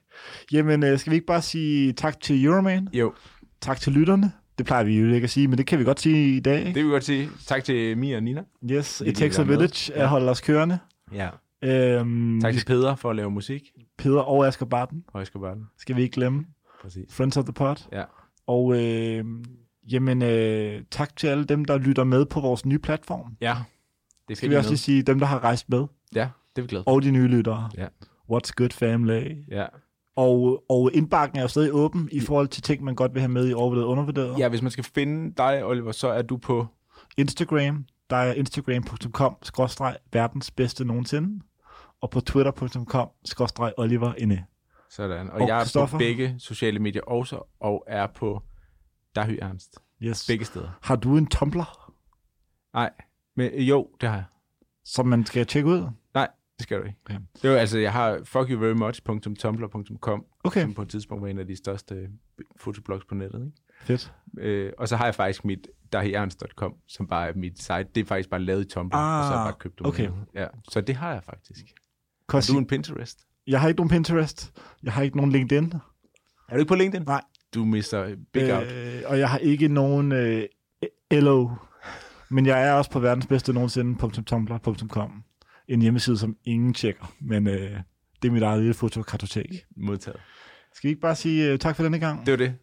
S1: Jamen, øh, skal vi ikke bare sige tak til Euroman?
S2: Jo,
S1: Tak til lytterne? Det plejer vi jo ikke at sige, men det kan vi godt sige i dag.
S2: det
S1: Ikke?
S2: vil jeg godt sige. Tak til Mia og Nina.
S1: Yes,
S2: fordi
S1: It
S2: de
S1: Takes a
S2: vil være
S1: Village
S2: med.
S1: ja. holder os kørende.
S2: Ja.
S1: Øhm,
S2: Tak
S1: vi
S2: til Peder for at lave musik.
S1: skal- Peder og Asger Barton,
S2: Og jeg skal bare den.
S1: skal vi ikke glemme.
S2: Præcis.
S1: Friends of the Pod.
S2: Ja.
S1: Og øh, jamen, øh, tak til alle dem, der lytter med på vores nye platform.
S2: Ja. Det
S1: Skal vi også lige sige dem, der har rejst med,
S2: Ja, det er vi glade for.
S1: og de nye lyttere.
S2: Ja.
S1: What's good, family?
S2: Ja.
S1: Og, og indbakken er jo stadig åben i forhold til ting, man godt vil have med i overvurderet og undervurderet.
S2: ja, hvis man skal finde dig, Oliver, så er du på
S1: Instagram, der er instagram.com skråstreg verdens bedste nogensinde, og på twitter.com skråstreg Oliver Inde.
S2: Sådan. Og,
S1: Og
S2: og jeg er på
S1: Christoffer?
S2: begge sociale medier også, og er på Dahy Ernst.
S1: Yes.
S2: Begge steder.
S1: Har du en Tumblr,
S2: Nej, men øh, jo, det har jeg.
S1: som man skal tjekke ud?
S2: Nej, det skal du ikke.
S1: Okay.
S2: Det var altså, jeg har fuckyouverymuch.tumblr.com,
S1: Okay,
S2: som på et tidspunkt var en af de største øh, fotoblogs på nettet. Ikke?
S1: fedt.
S2: Øh, og så har jeg faktisk mit dahyernst.com, som bare er mit site. Det er faktisk bare lavet i Tumblr, og så har jeg
S1: Ah,
S2: bare købt
S1: okay.
S2: domænet. Ja, så det har jeg faktisk.
S1: Kosti,
S2: Er du en Pinterest?
S1: Jeg har ikke nogen Pinterest, jeg har ikke nogen LinkedIn,
S2: Er du ikke på LinkedIn?
S1: Nej.
S2: Du misser big øh, out.
S1: øh, og jeg har ikke nogen øh, LO, men jeg er også på verdens bedste nogensinde.tumblr.com. En hjemmeside, som ingen tjekker, men øh, det er mit eget lille fotokartotek.
S2: Modtaget.
S1: Skal vi ikke bare sige øh, tak for denne gang?
S2: Det var det.